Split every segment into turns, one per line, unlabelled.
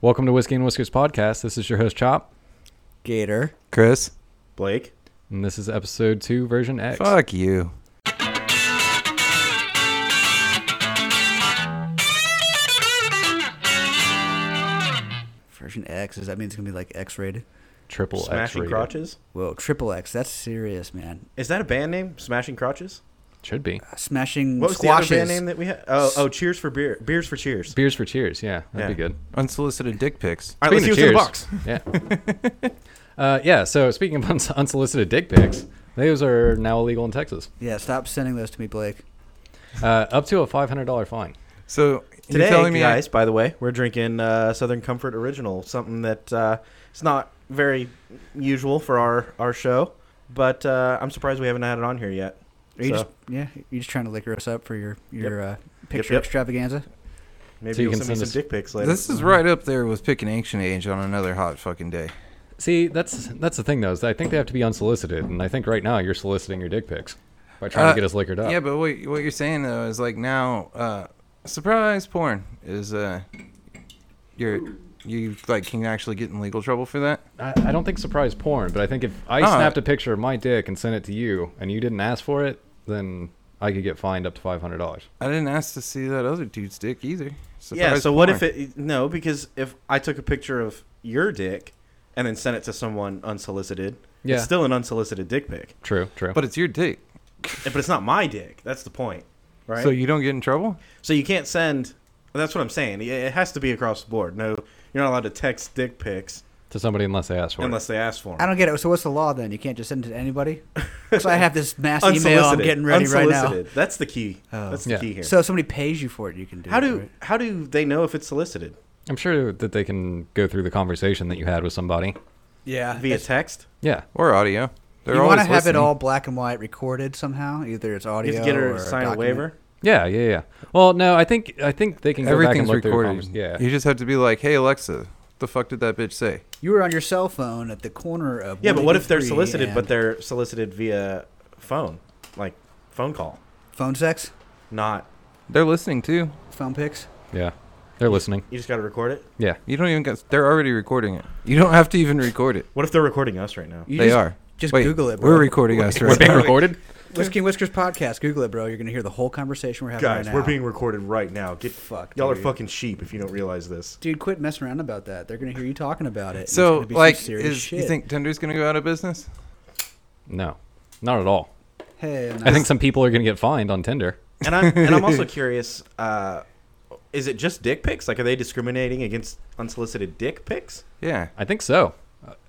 Welcome to Whiskey and Whiskers podcast. This is your host Chop,
Gator.
Chris,
Blake.
and this is episode two, version X.
fuck you.
Version X. Does that mean it's gonna be like X-rated?
Triple X
Smashing
rated.
Crotches.
Whoa, triple X. That's serious, man.
Is that a band name? Smashing Crotches?
Should be
Smashing
What was
squashes.
the other band name that we had? Oh, oh, Cheers for Beer. Beers for Cheers.
beers for cheers. Yeah, that'd be
Yeah.
good.
Unsolicited dick pics.
All right, let's see what's in the box.
Speaking of cheers, Yeah. uh, yeah. So speaking of uns- unsolicited dick pics, those are now illegal in Texas.
yeah, stop sending those to me, Blake.
Uh, up to a five hundred dollar fine.
So
Today,
you're telling me
guys, by the way, we're drinking uh, Southern Comfort Original, something that uh, it's not very usual for our, our show, but uh, I'm surprised we haven't had it on here yet.
Are you
So,
just yeah? You just trying to liquor us up for your your uh, picture
yep.
extravaganza?
maybe
So you
you'll
can
send me
send
some
us-
dick pics
I,
later.
this is right up there with picking ancient age on another hot fucking day.
See, that's that's the thing though. Is I think they have to be unsolicited, and I think right now you're soliciting your dick pics by trying
Uh,
to get us liquored up.
Yeah, but what, what you're saying though is like now, uh, surprise porn is uh, you're you like can actually get in legal trouble for that.
I, I don't think surprise porn, but I think if I
Oh.
snapped a picture of my dick and sent it to you, and you didn't ask for it, then I could get fined up to five hundred dollars.
I didn't ask to see that other dude's dick either. Surprise
yeah, so what
porn.
if it. No, because if I took a picture of your dick and then sent it to someone unsolicited,
Yeah.
it's still an unsolicited dick pic.
True, true.
But it's your dick,
But it's not my dick. That's the point, right?
so you don't get in trouble.
So you can't send. That's what I'm saying. It- It has to be across the board. No, you're not allowed to text dick pics
to somebody unless they ask for
unless they ask for
I
them.
don't get it. So what's the law then? You can't just send it to anybody. so I have this mass email. I'm getting ready right now.
Unsolicited. That's the key.
Oh.
That's the
Yeah.
key here.
So if somebody pays you for it, you can do.
how
it,
do
right?
how do they know if it's solicited
it. I'm sure that they can go through the conversation that you had with somebody.
yeah?
via text?
Yeah,
Or audio. They're
you want to
always
have it
listening.
all black and white recorded somehow. Either it's audio
You have to get her
or
to sign a
document.
waiver.
yeah, yeah, yeah. Well, no, I think I think they can go back and
Everything's
look through. the
recorded.
convers- Yeah,
You just have to be like, hey Alexa, what the fuck did that bitch say?
You were on your cell phone at the corner of
Yeah, but what if they're
183
solicited,
and
but they're solicited via phone, like phone call,
phone sex,
not
They're listening too.
phone pics?
yeah. They're listening.
you just got to record it.
Yeah,
You don't even get. They're already recording it. You don't have to even record it.
What if they're recording us right now?
You
they
just,
are.
Just
Wait,
Google it. Bro.
We're recording us
we're
right
being
now.
recorded.
Whiskey and Whiskers podcast. Google it, bro. You're gonna hear the whole conversation we're having
Guys,
right now.
we're being recorded right now. Get
Fuck,
y'all are
dude.
fucking sheep if you don't realize this.
Dude, quit messing around about that. They're gonna hear you talking about it. and it's
So,
gonna be some
like,
serious
is,
shit.
you think Tinder's gonna go out of business?
No, not at all.
Hey,
I think some people are going to get fined on Tinder.
And I'm and I'm also curious. Uh, is it just dick pics? Like, are they discriminating against unsolicited dick pics?
Yeah.
I think so.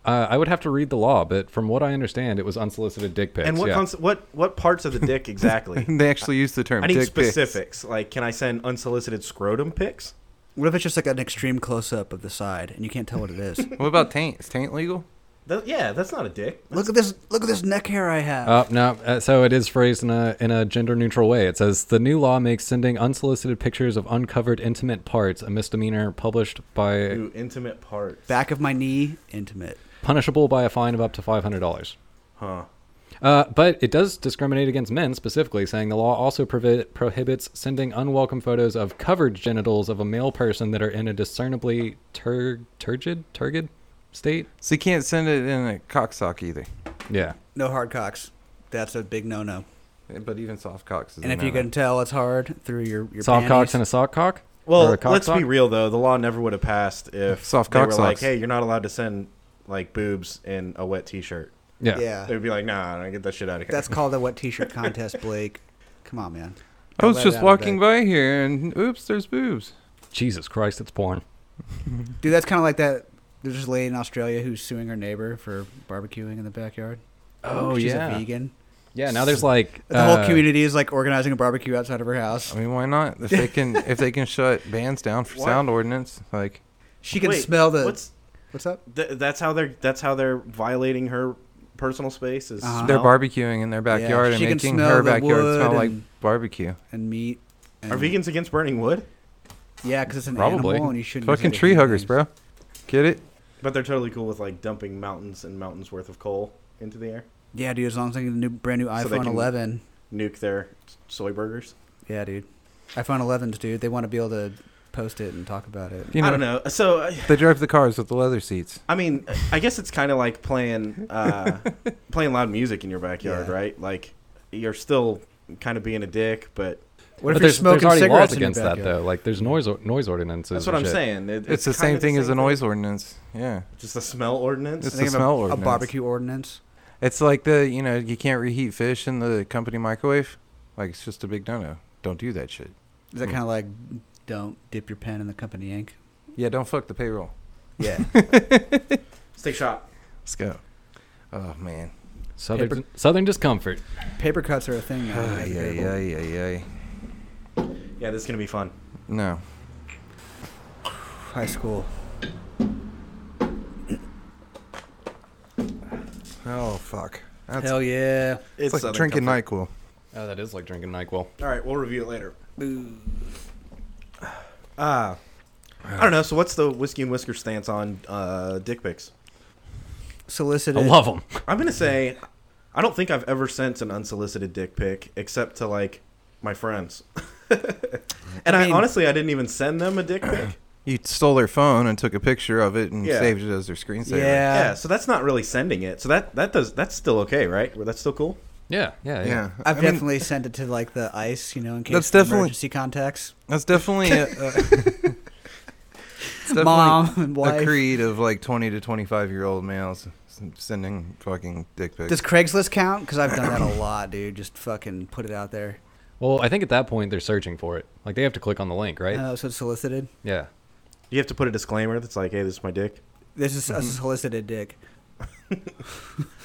Uh, I would have to read the law, but from what I understand, it was unsolicited dick pics.
And what
yeah.
cons- what what parts of the dick exactly?
They actually use the term.
I need
dick pics.
specifics. Like, can I send unsolicited scrotum pics?
What if it's just like an extreme close up of the side and you can't tell what it is?
What about taint? Is taint legal?
That, yeah, that's not a dick.
look at this! Look at this neck hair I have.
Uh, no, uh, so it is phrased in a in a gender neutral way. It says the new law makes sending unsolicited pictures of uncovered intimate parts a misdemeanor, published by
Ooh, intimate parts.
Back of my knee, intimate.
punishable by a fine of up to five hundred dollars.
Huh.
Uh, but it does discriminate against men specifically, saying the law also provi- prohibits sending unwelcome photos of covered genitals of a male person that are in a discernibly tur- turgid, turgid state.
So you can't send it in a cocksock either.
Yeah,
No hard cocks. That's a big no no.
But even soft cocks. Is
And
a
if you
no-no.
can tell, it's hard through your your
soft cocks and
panties.
a sock cock. Or
Well,
a cock
let's
sock?
be real though. The law never would have passed if
Soft
they
cock
were like,
socks.
"Hey, you're not allowed to send like boobs in a wet T-shirt."
Yeah.
yeah.
They'd be like, "Nah, I get that shit out of here."
Uh. That's called a wet T-shirt contest, Blake. Come on, man.
I was
Let it
just
out of
walking
bed.
by here, and oops, there's boobs.
Jesus Christ, it's porn.
Dude, that's kind of like that. There's this lady in Australia who's suing her neighbor for barbecuing in the backyard.
Oh,
she's
yeah.
a vegan.
Yeah, now there's like
The whole
uh,
community is like organizing a barbecue outside of her house.
I mean, why not? If they can, if they can shut bands down for
What?
sound ordinance, like
She can
Wait,
smell the. What's,
What's
up?
th- that's how they're that's how they're violating her personal space. Is
Uh-huh.
they're
smell?
barbecuing in their backyard
she
and
can
making
smell
her
the
backyard
wood
smell like
and-
barbecue.
And meat. And,
Are vegans against burning wood?
Yeah, because it's an
Probably.
animal and you shouldn't. use
Fucking
it to
tree
heat
huggers,
things.
bro. Get it?
But they're totally cool with like dumping mountains and mountains worth of coal into the air.
Yeah, dude. As long as I get the new brand new
So
iPhone
they can-
11.
Nuke their soy burgers.
Yeah, dude. iPhone 11s, dude. They want to be able to post it and talk about it.
You know,
I don't know. So uh,
They drove the cars with the leather seats.
I mean, I guess it's kind of like playing uh, playing loud music in your backyard,
Yeah.
right? Like you're still kind of being a dick,
What
but
but
if you're
there's,
smoking
there's already
cigarettes
laws
in your
against that
backyard?
though. Like there's noise or- noise ordinances.
that's what
and
I'm
shit.
saying. It-
It's, the
kinda
same thing as a
same
noise ordinance. Yeah.
Just a smell ordinance.
It's
I think
the
of a-
smell
A
ordinance.
barbecue ordinance.
It's like the you know you can't reheat fish in the company microwave. Like it's just a big no-no. Don't do that shit.
Is that
Hmm.
kind of like don't dip your pen in the company ink?
Yeah, don't fuck the payroll.
Yeah.
Steak shop.
Let's go. Oh man.
Southern
Paper-
Southern discomfort.
Paper cuts are a thing. now.
Ay, ay, ay, ay, ay.
Yeah, this is gonna be fun.
No.
High school.
Oh fuck! That's
Hell yeah.
It's,
It's like
Southern
drinking
comfort.
Nyquil.
Oh, that is like drinking Nyquil.
All right, we'll review it later. Uh, I don't know. So, what's the whiskey and whisker stance on uh, dick pics?
I
Solicited.
love them.
I'm gonna say, I don't think I've ever sent an unsolicited dick pic except to like my friends. and I,
mean-
honestly, I didn't even send them a dick pic.
You stole their phone and took a picture of it and
Yeah.
saved it as their screensaver.
Yeah.
yeah, so that's not really sending it. So that that does that's still okay, right? That's still cool.
Yeah, yeah, yeah.
Yeah.
I've
I mean,
definitely sent it to like the ice, you know, in case
That's
of
definitely-
emergency contacts.
that's definitely a, a, uh, it's definitely
Mom and
a
wife.
creed of like 20 to 25 year old males s- sending fucking dick pics.
Does Craigslist count? Because I've done that a lot, dude. Just fucking put it out there.
Well, I think at that point they're searching for it. Like they have to click on the link, right?
Uh, so it's solicited.
yeah.
You have to put a disclaimer that's like, "Hey, this is my dick.
This is a
Mm-hmm.
solicited dick.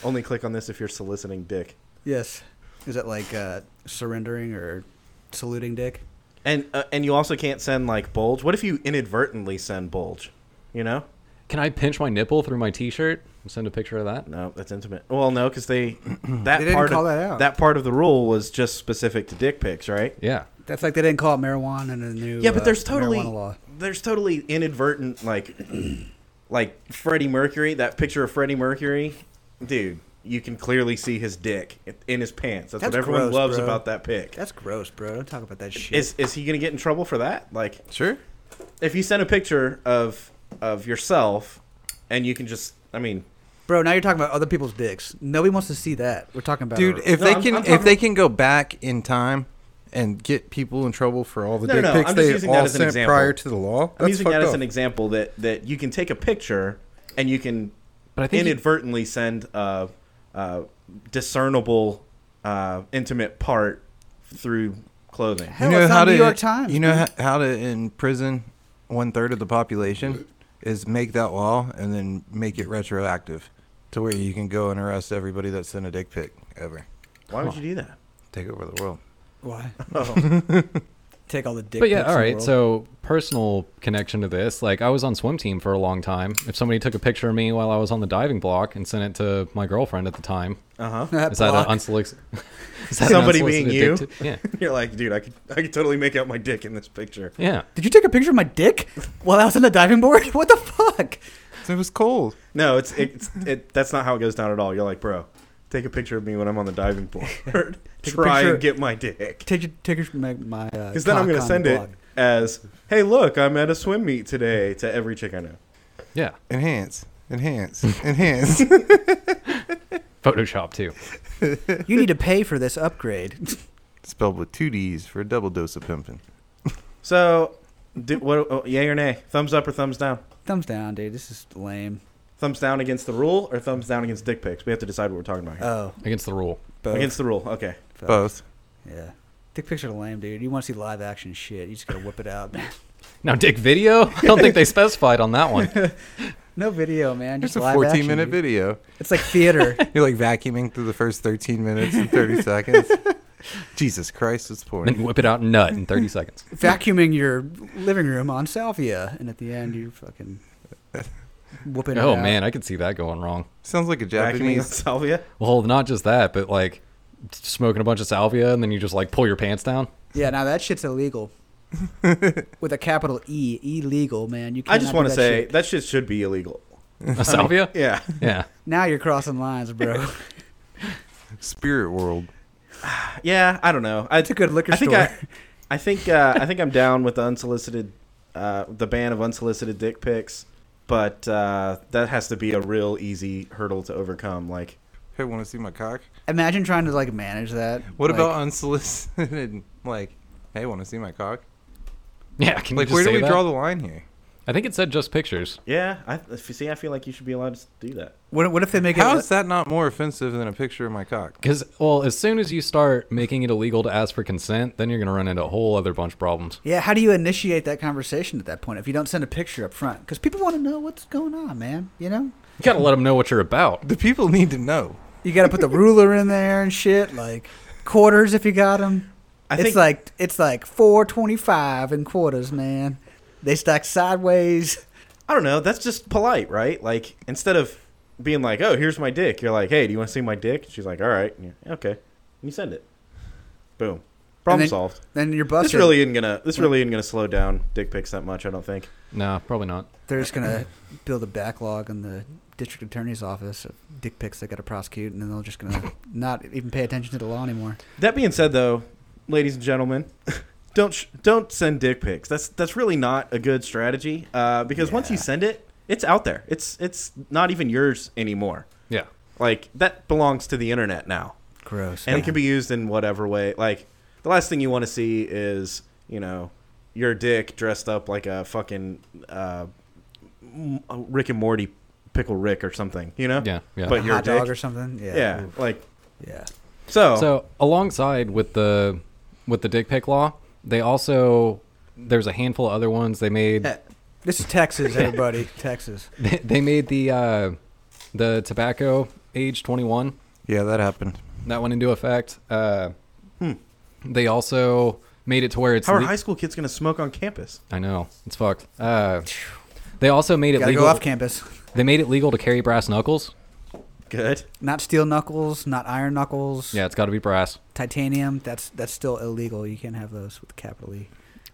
Only click on this if you're soliciting dick."
Yes. Is it like uh, surrendering or saluting dick?
And uh, and you also can't send like bulge. What if you inadvertently send bulge? You know?
Can I pinch my nipple through my T-shirt? and Send a picture of that.
No, that's intimate. Well, no, because they that
They didn't
part
call
of,
that out.
part of the rule was just specific to dick pics, right?
Yeah.
That's like they didn't call it marijuana in the new
Yeah, but
uh,
there's totally
marijuana law.
there's totally inadvertent like like Freddie Mercury. That picture of Freddie Mercury, dude, you can clearly see his dick in his pants. That's,
That's
what everyone
gross,
loves
bro.
about that pic.
That's gross, bro. Don't talk about that shit.
Is is he gonna get in trouble for that? Like,
sure.
if you send a picture of of yourself, and you can just, I mean,
bro, now you're talking about other people's dicks. Nobody wants to see that. We're talking about
Dude,
our-
if
No,
they
I'm-
can
I'm
if
talking-
they can go back in time and get people in trouble for all the
No,
dick
no, no,
pics
I'm just
they
using that
all
as an
sent
example.
prior to the law.
I'm
That's
using that
fucked
as an
up.
example that that you can take a picture and you can
But I think you-
inadvertently send a, uh discernible uh, intimate part through clothing.
Hell, it's on New York Times,
You know
dude.
ho- how to imprison one third of the population is make that law and then make it retroactive to where you can go and arrest everybody that sent a dick pic ever.
Why would you do that?
Take over the world.
why take all the dick.
But yeah,
pics
all
in the
right.
world.
So personal connection to this, like I was on swim team for a long time. If somebody took a picture of me while I was on the diving block and sent it to my girlfriend at the time,
Uh huh.
that
is that,
block.
an unsolicited? Is an
Somebody being
unsolicited
you?
dick pic? yeah.
You're like, dude, I could I could totally make out my dick in this picture.
Yeah.
Did you take a picture of my dick while I was on the diving board? What the fuck?
It was cold.
No, it's it's it. That's not how it goes down at all. You're like, bro, take a picture of me when I'm on the diving board.
Take a
Try
picture-
and get my dick.
Take your take your my, my uh,
Because then I'm
cock
gonna
on
send
the
it
blog.
as, hey, look, I'm at a swim meet today to every chick I know.
Yeah.
Enhance, enhance, enhance.
Photoshop too.
You need to pay for this upgrade.
Spelled with two D's for a double dose of pimping.
So, do, what? Oh, yay or nay? Thumbs up or thumbs down?
Thumbs down, dude. This is lame.
Thumbs down against the rule or thumbs down against dick pics? We have to decide what we're talking about here.
Oh,
Against the rule.
both.
against the rule. Okay.
Both.
Both.
Yeah. Dick pics are lame, dude. You want to see live action shit? You just gotta whip it out.
Now, dick video? I don't think they specified on that one.
no video, man.
It's
Just
a
live
14
action,
minute
dude.
video.
It's like theater.
You're like vacuuming through the first 13 minutes and 30 seconds. Jesus Christ, it's
Then
pouring.
you whip it out and nut in 30 seconds.
vacuuming your living room on salvia, and at the end you're fucking whooping.
Oh
it out.
man, I could see that going wrong.
Sounds like a
Vacuuming on
Japanese.
salvia.
Well, not just that, but like smoking a bunch of salvia and then you just like pull your pants down.
Yeah, now that shit's illegal. With a capital E, illegal, man. You.
I just
want to
say that shit should be illegal.
A salvia?
Yeah.
Yeah.
now you're crossing lines, bro.
Spirit World.
Yeah. I don't know. I,
It's a good liquor
I think
store.
I, I think uh, I think I'm down with the unsolicited uh, the ban of unsolicited dick pics, but uh, that has to be a real easy hurdle to overcome. Like,
Hey, want to see my cock?
Imagine trying to like manage that.
What
like,
about unsolicited? Like, hey, want to see my cock?
Yeah, can
Like,
you just
where do
say
we
that?
draw the line here?
I think it said just pictures.
yeah, I if you see, I feel like you should be allowed to do that.
what? What if they make
How
it?
is that not more offensive than a picture of my cock?
Because well, as soon as you start making it illegal to ask for consent, then you're gonna run into a whole other bunch of problems.
Yeah, how do you initiate that conversation at that point if you don't send a picture up front? Because people want to know what's going on, man. You know,
You gotta let them know what you're about.
The people need to know.
you got to put the ruler in there and shit, like quarters if you got them.
I
it's
think-
like it's like four twenty-five in quarters, man. They stack sideways.
I don't know. That's just polite, right? Like, instead of being like, "Oh, here's my dick," you're like, "Hey, do you want to see my dick?" She's like, "All right, And you're, okay." And you send it. Boom. Problem
then-
solved.
Then you're
This
busted.
really isn't gonna. This really isn't gonna slow down dick pics that much. I don't think.
No, probably not.
They're just gonna build a backlog in the district attorney's office of dick pics they got to prosecute, and then they're just gonna not even pay attention to the law anymore.
That being said, though, ladies and gentlemen, don't sh- don't send dick pics. That's that's really not a good strategy uh, because once you
Yeah.
send it, it's out there. It's it's not even yours anymore.
Yeah.
Like that belongs to the internet now,
Gross.
and
man.
it can be used in whatever way. Like the last thing you want to see is you know your dick dressed up like a fucking uh, m- Rick and Morty pickle Rick or something. You know?
Yeah. Yeah.
But
a
your
hot dog
dick-
or something. Yeah.
Yeah. Like
Yeah.
so.
So alongside with the with the dick pic law, they also there's a handful of other ones they made.
Uh.
This is Texas, everybody. Texas.
They made the uh, the tobacco age 21.
Yeah, that happened.
That went into effect. Uh, They also made it to where it's
Hmm. how are
le-
high school kids gonna smoke on campus?
I know it's fucked. Uh, they also made it
Gotta
legal.
go off campus.
They made it legal to carry brass knuckles.
Good.
Not steel knuckles, not iron knuckles.
Yeah, it's got to be brass.
Titanium. That's that's still illegal. You can't have those with capital E.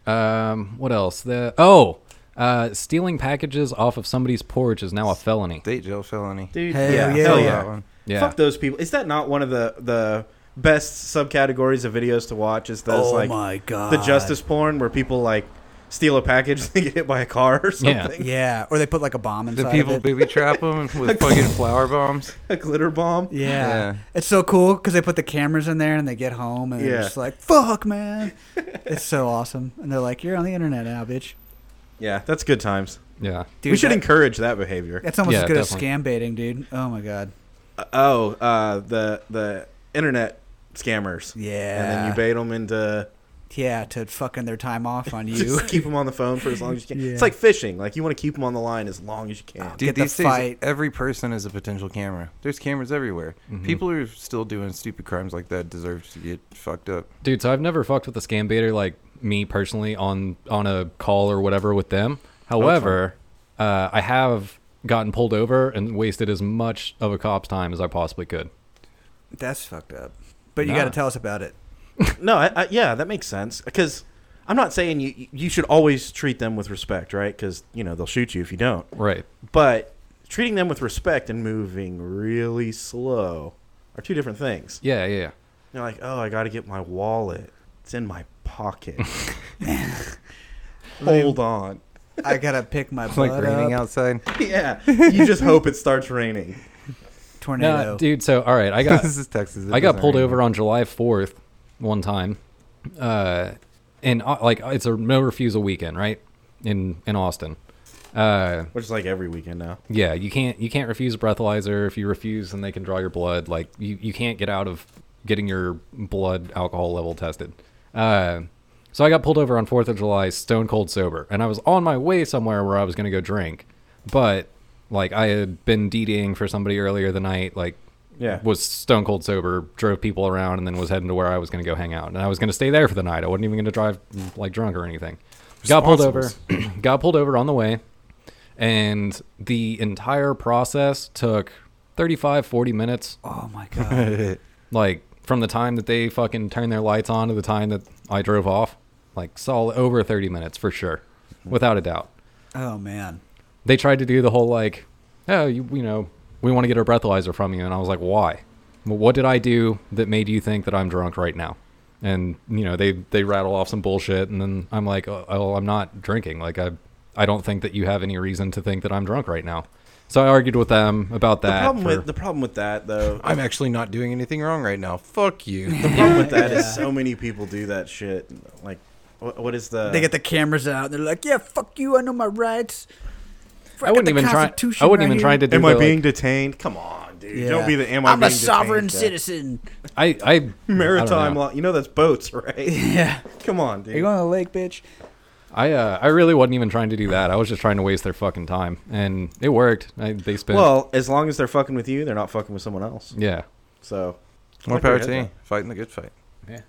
Um, what else? The oh, uh, stealing packages off of somebody's porch is now a felony.
State jail felony.
Dude,
Hell yeah.
I saw
hell
that
yeah.
one.
Yeah,
Fuck those people. Is that not one of the the best subcategories of videos to watch? Is those like
Oh my god.
the justice porn where people like steal a package and get hit by a car or
Yeah.
something?
Yeah. Or they put like a bomb inside
The
of
people
it.
booby trap them with fucking flower bombs.
A glitter bomb.
Yeah.
Yeah.
It's so cool because they put the cameras in there and they get home and
Yeah.
they're just like, fuck, man. it's so awesome. And they're like, you're on the internet now, bitch.
Yeah, that's good times.
yeah.
Dude,
we should
that-
encourage that behavior.
That's almost
Yeah,
as good
definitely.
as scam baiting, dude. Oh my god.
Uh, oh, uh, the the internet scammers.
Yeah.
And then you bait them into
Yeah, to fucking their time off on you.
just keep them on the phone for as long as you can.
Yeah.
It's like fishing. Like you want to keep them on the line as long as you can.
Dude,
Get the
these days,
fight.
every person is a potential camera. There's cameras everywhere. People who are still doing stupid crimes like that deserve to get fucked up.
Dude, so I've never fucked with a scam baiter like me personally on on a call or whatever with them. However, uh, I have gotten pulled over and wasted as much of a cop's time as I possibly could.
That's fucked up. But you
Nah.
got to tell us about it.
No, I, I, yeah, that makes sense. Because I'm not saying you you should always treat them with respect, right? Because you know they'll shoot you if you don't.
Right.
But treating them with respect and moving really slow are two different things.
Yeah, yeah, yeah.
You're like, oh, I got to get my wallet. It's in my pocket. Hold on.
I got to pick my
Like
butt
raining
uh,
up.
outside.
Yeah, you just hope it starts raining.
Tornado.
No, dude, so all right, I got
this is Texas. It
I got
doesn't
pulled
rain
over
here.
on July 4th one time. Uh, and uh, like it's a no refusal weekend, right? In in Austin. Uh,
Which is like every weekend now.
yeah, you can't you can't refuse a breathalyzer. If you refuse, then they can draw your blood. Like you, you can't get out of getting your blood alcohol level tested. Uh, so I got pulled over on Fourth of July, stone cold sober, and I was on my way somewhere where I was gonna go drink, but like I had been DDing for somebody earlier the night, like
Yeah.
was stone cold sober, drove people around, and then was heading to where I was gonna go hang out, and I was gonna stay there for the night. I wasn't even gonna drive like drunk or anything. Got pulled over. got pulled over on the way and the entire process took 35 40 minutes
oh my god.
like from the time that they fucking turned their lights on to the time that i drove off like solid over 30 minutes for sure without a doubt
oh man.
they tried to do the whole like oh you, you know we want to get our breathalyzer from you and i was like why Well, what did i do that made you think that i'm drunk right now and you know they they rattle off some bullshit and then i'm like oh, oh i'm not drinking like i i don't think that you have any reason to think that i'm drunk right now so i argued with them about
The
that
problem
for-
with the problem with that though,
I'm actually not doing anything wrong right now. Fuck you.
the problem with that is so many people do that shit. Like, what, what is the?
They get the cameras out. They're like, "Yeah, fuck you. I know my rights."
i wouldn't even try i wouldn't even try to do
Am I
the,
being
like,
detained? Come on, dude.
Yeah.
Don't be the am I
I'm a
being
sovereign
detained guy.
citizen.
i i I don't
Maritime
know.
law. You know that's boats, right?
Yeah.
Come on, dude.
Are you going to the lake, bitch?
I uh, I really wasn't even trying to do that. I was just trying to waste their fucking time, and it worked. I, they spent
well, as long as they're fucking with you, they're not fucking with someone else.
yeah.
So,
More
Like we
power
had
to you.
that.
Fighting the good fight.
Yeah.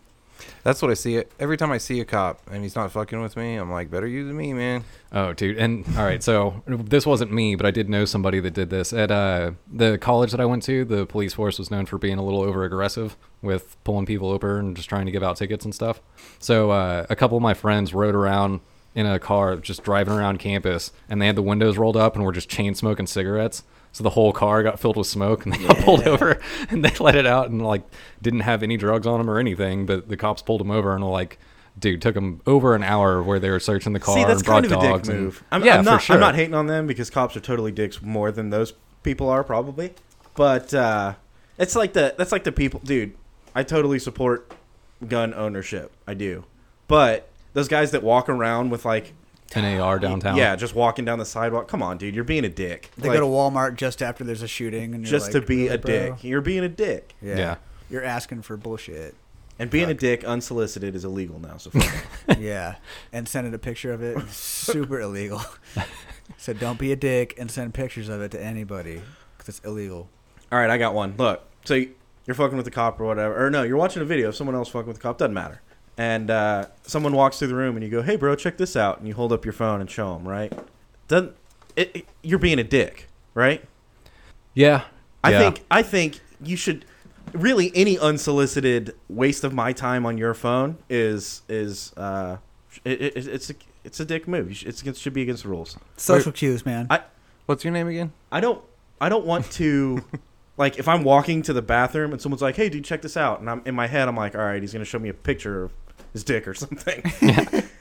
That's what I see. It every time I see a cop and he's not fucking with me. I'm like, better you than me, man.
Oh, dude. And all right, so this wasn't me, but I did know somebody that did this at uh, the college that I went to. The police force was known for being a little over aggressive with pulling people over and just trying to give out tickets and stuff. So uh, a couple of my friends rode around in a car, just driving around campus, and they had the windows rolled up and were just chain smoking cigarettes. So the whole car got filled with smoke, and they got pulled over, and they let it out, and like didn't have any drugs on them or anything. But the cops pulled them over and were like. Dude, took them over an hour where they were searching the car
see, that's
and brought
kind of a dick
dogs. and-
move. I'm,
yeah,
I'm not.
for sure.
I'm not hating on them because cops are totally dicks more than those people are probably. But uh, it's like the that's like the people, dude. I totally support gun ownership. I do, but those guys that walk around with like
an AR downtown.
yeah, just walking down the sidewalk. Come on, dude, you're being a dick.
They
Like,
go to Walmart just after there's a shooting, and you're
just
like,
to be
"Really,
a
bro?"
dick. You're being a dick,
yeah.
Yeah. You're asking for bullshit.
and being a dick unsolicited is illegal now. So fuck it.
yeah. And sending a picture of it. Super illegal. so don't be a dick and send pictures of it to anybody because it's illegal.
All right, I got one. Look, so you- you're fucking with the cop or whatever, or no, you're watching a video of someone else fucking with the cop. Doesn't matter. And uh, someone walks through the room, and you go, "Hey, bro, check this out," and you hold up your phone and show them. Right? Doesn't it, it- you're being a dick, right?
Yeah.
I
Yeah.
think I think you should really any unsolicited waste of my time on your phone is is uh, it, it, it's a it's a dick move. You should- It's against, should be against the rules.
Social cues, man.
I-
What's your name again?
I don't I don't want to like if I'm walking to the bathroom and someone's like, "Hey, dude, check this out," and I'm in my head, I'm like, "All right, he's gonna show me a picture of his dick or something."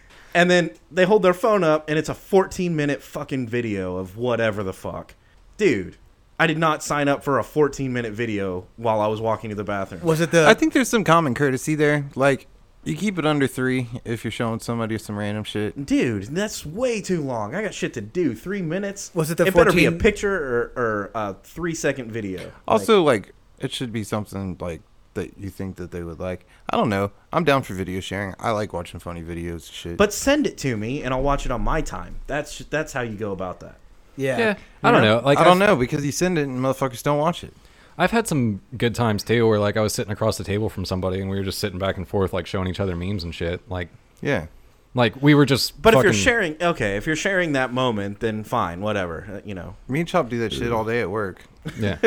and then they hold their phone up and it's a 14 minute fucking video of whatever the fuck, dude. I did not sign up for a 14 minute video while I was walking to the bathroom.
was it the.
I think there's some common courtesy there. Like, you keep it under three if you're showing somebody some random shit.
Dude, that's way too long. I got shit to do. Three minutes.
Was it the
It better be a
14
picture or, or a three second video.
Also, like, it should be something like that you think that they would like. I don't know. I'm down for video sharing. I like watching funny videos and shit.
But send it to me, and I'll watch it on my time. That's that's how you go about that.
Yeah.
Yeah. I don't know. Like
I don't
I've-
know because you send it and motherfuckers don't watch it.
I've had some good times too, where like I was sitting across the table from somebody and we were just sitting back and forth, like showing each other memes and shit. Like,
Yeah.
like we were just.
But if you're
fucking-
sharing, okay, if you're sharing that moment, then fine, whatever. Uh, You know,
Me and Chop do that shit all day at work.
yeah,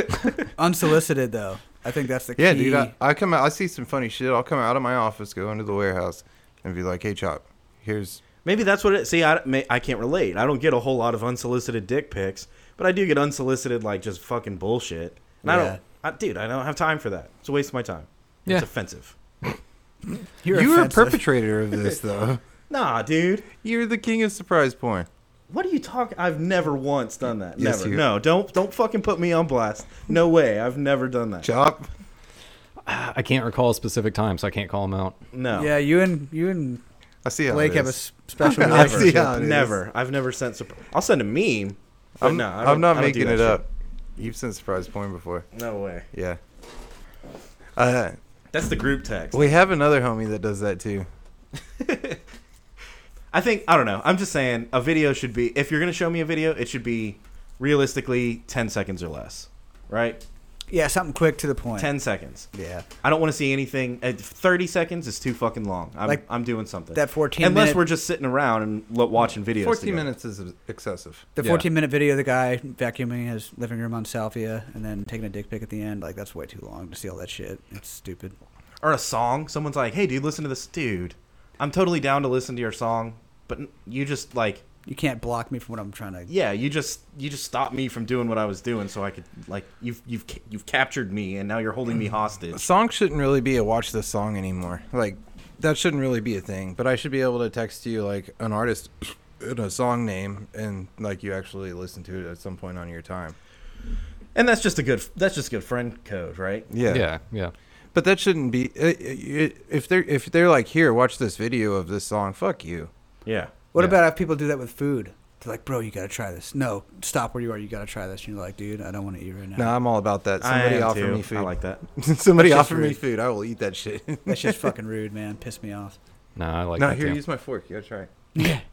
Unsolicited, though. I think that's the
Yeah,
key.
dude. I, I come out. I see some funny shit. I'll come out of my office, go into the warehouse, and be like, "Hey, Chop, here's."
maybe that's what it. See, I may, I can't relate. I don't get a whole lot of unsolicited dick pics, but I do get unsolicited like just fucking bullshit. And I
Yeah.
don't, I, dude, I don't have time for that. It's a waste of my time.
Yeah.
It's offensive.
You're
you were a
offensive.
perpetrator of this, though.
Nah, dude.
You're the king of surprise porn.
What are you talking? I've never once done that.
Yes,
never.
you-
No, don't don't fucking put me on blast. No way. I've never done that.
Chop.
I can't recall a specific time, so I can't call them out.
No.
Yeah, you and you and
I see how
Blake
it
have a
is.
s- special
I see
relationship.
how it is.
Never. I've never sent. Surp- I'll send a meme. but
I'm,
no, I don't-
I'm not
I don't do
making
that
it
shit.
up. You've sent surprise porn before.
No way.
Yeah. Uh,
That's the group text.
we have another homie that does that too.
I think I don't know. I'm just saying a video should be if you're gonna show me a video, it should be realistically 10 seconds or less, right?
Yeah, something quick to the point.
10 seconds.
Yeah.
I don't want to see anything. At 30 seconds is too fucking long. I'm,
Like,
I'm doing something.
That 14
Unless
minute,
we're just sitting around and lo- watching videos.
14
together.
minutes is excessive.
the
yeah.
14 minute video of the guy vacuuming his living room on Salvia and then taking a dick pic at the end, like that's way too long to see all that shit. It's stupid.
or a song. Someone's like, "Hey, dude, listen to this, dude. I'm totally down to listen to your song, but n- you just like,
You can't block me from what I'm trying to.
yeah, you just you just stopped me from doing what I was doing, so I could like you've you've
Mm.
ca- you've captured me, and now you're holding me hostage."
Song shouldn't really be a watch this song anymore. Like that shouldn't really be a thing, but I should be able to text you like an artist and a song name and like you actually listen to it at some point on your time.
And that's just a good that's just good friend code, right?
Yeah.
yeah, yeah.
But that shouldn't be it- it- if they're if they're like here, watch this video of this song. Fuck you.
Yeah.
What
Yeah.
about if people do that with food? They're like, bro, you gotta try this. No, stop where you are. You gotta try this. And you're like, dude, I don't want to eat right now.
No, I'm all about that.
I
Somebody
am
offer
too.
me food.
I like that.
Somebody
That's just
offer me
rude.
food. I will eat that shit.
That's just fucking rude, man. Piss me off.
No, I like
no,
that
here,
too.
use my fork. You gotta try. it.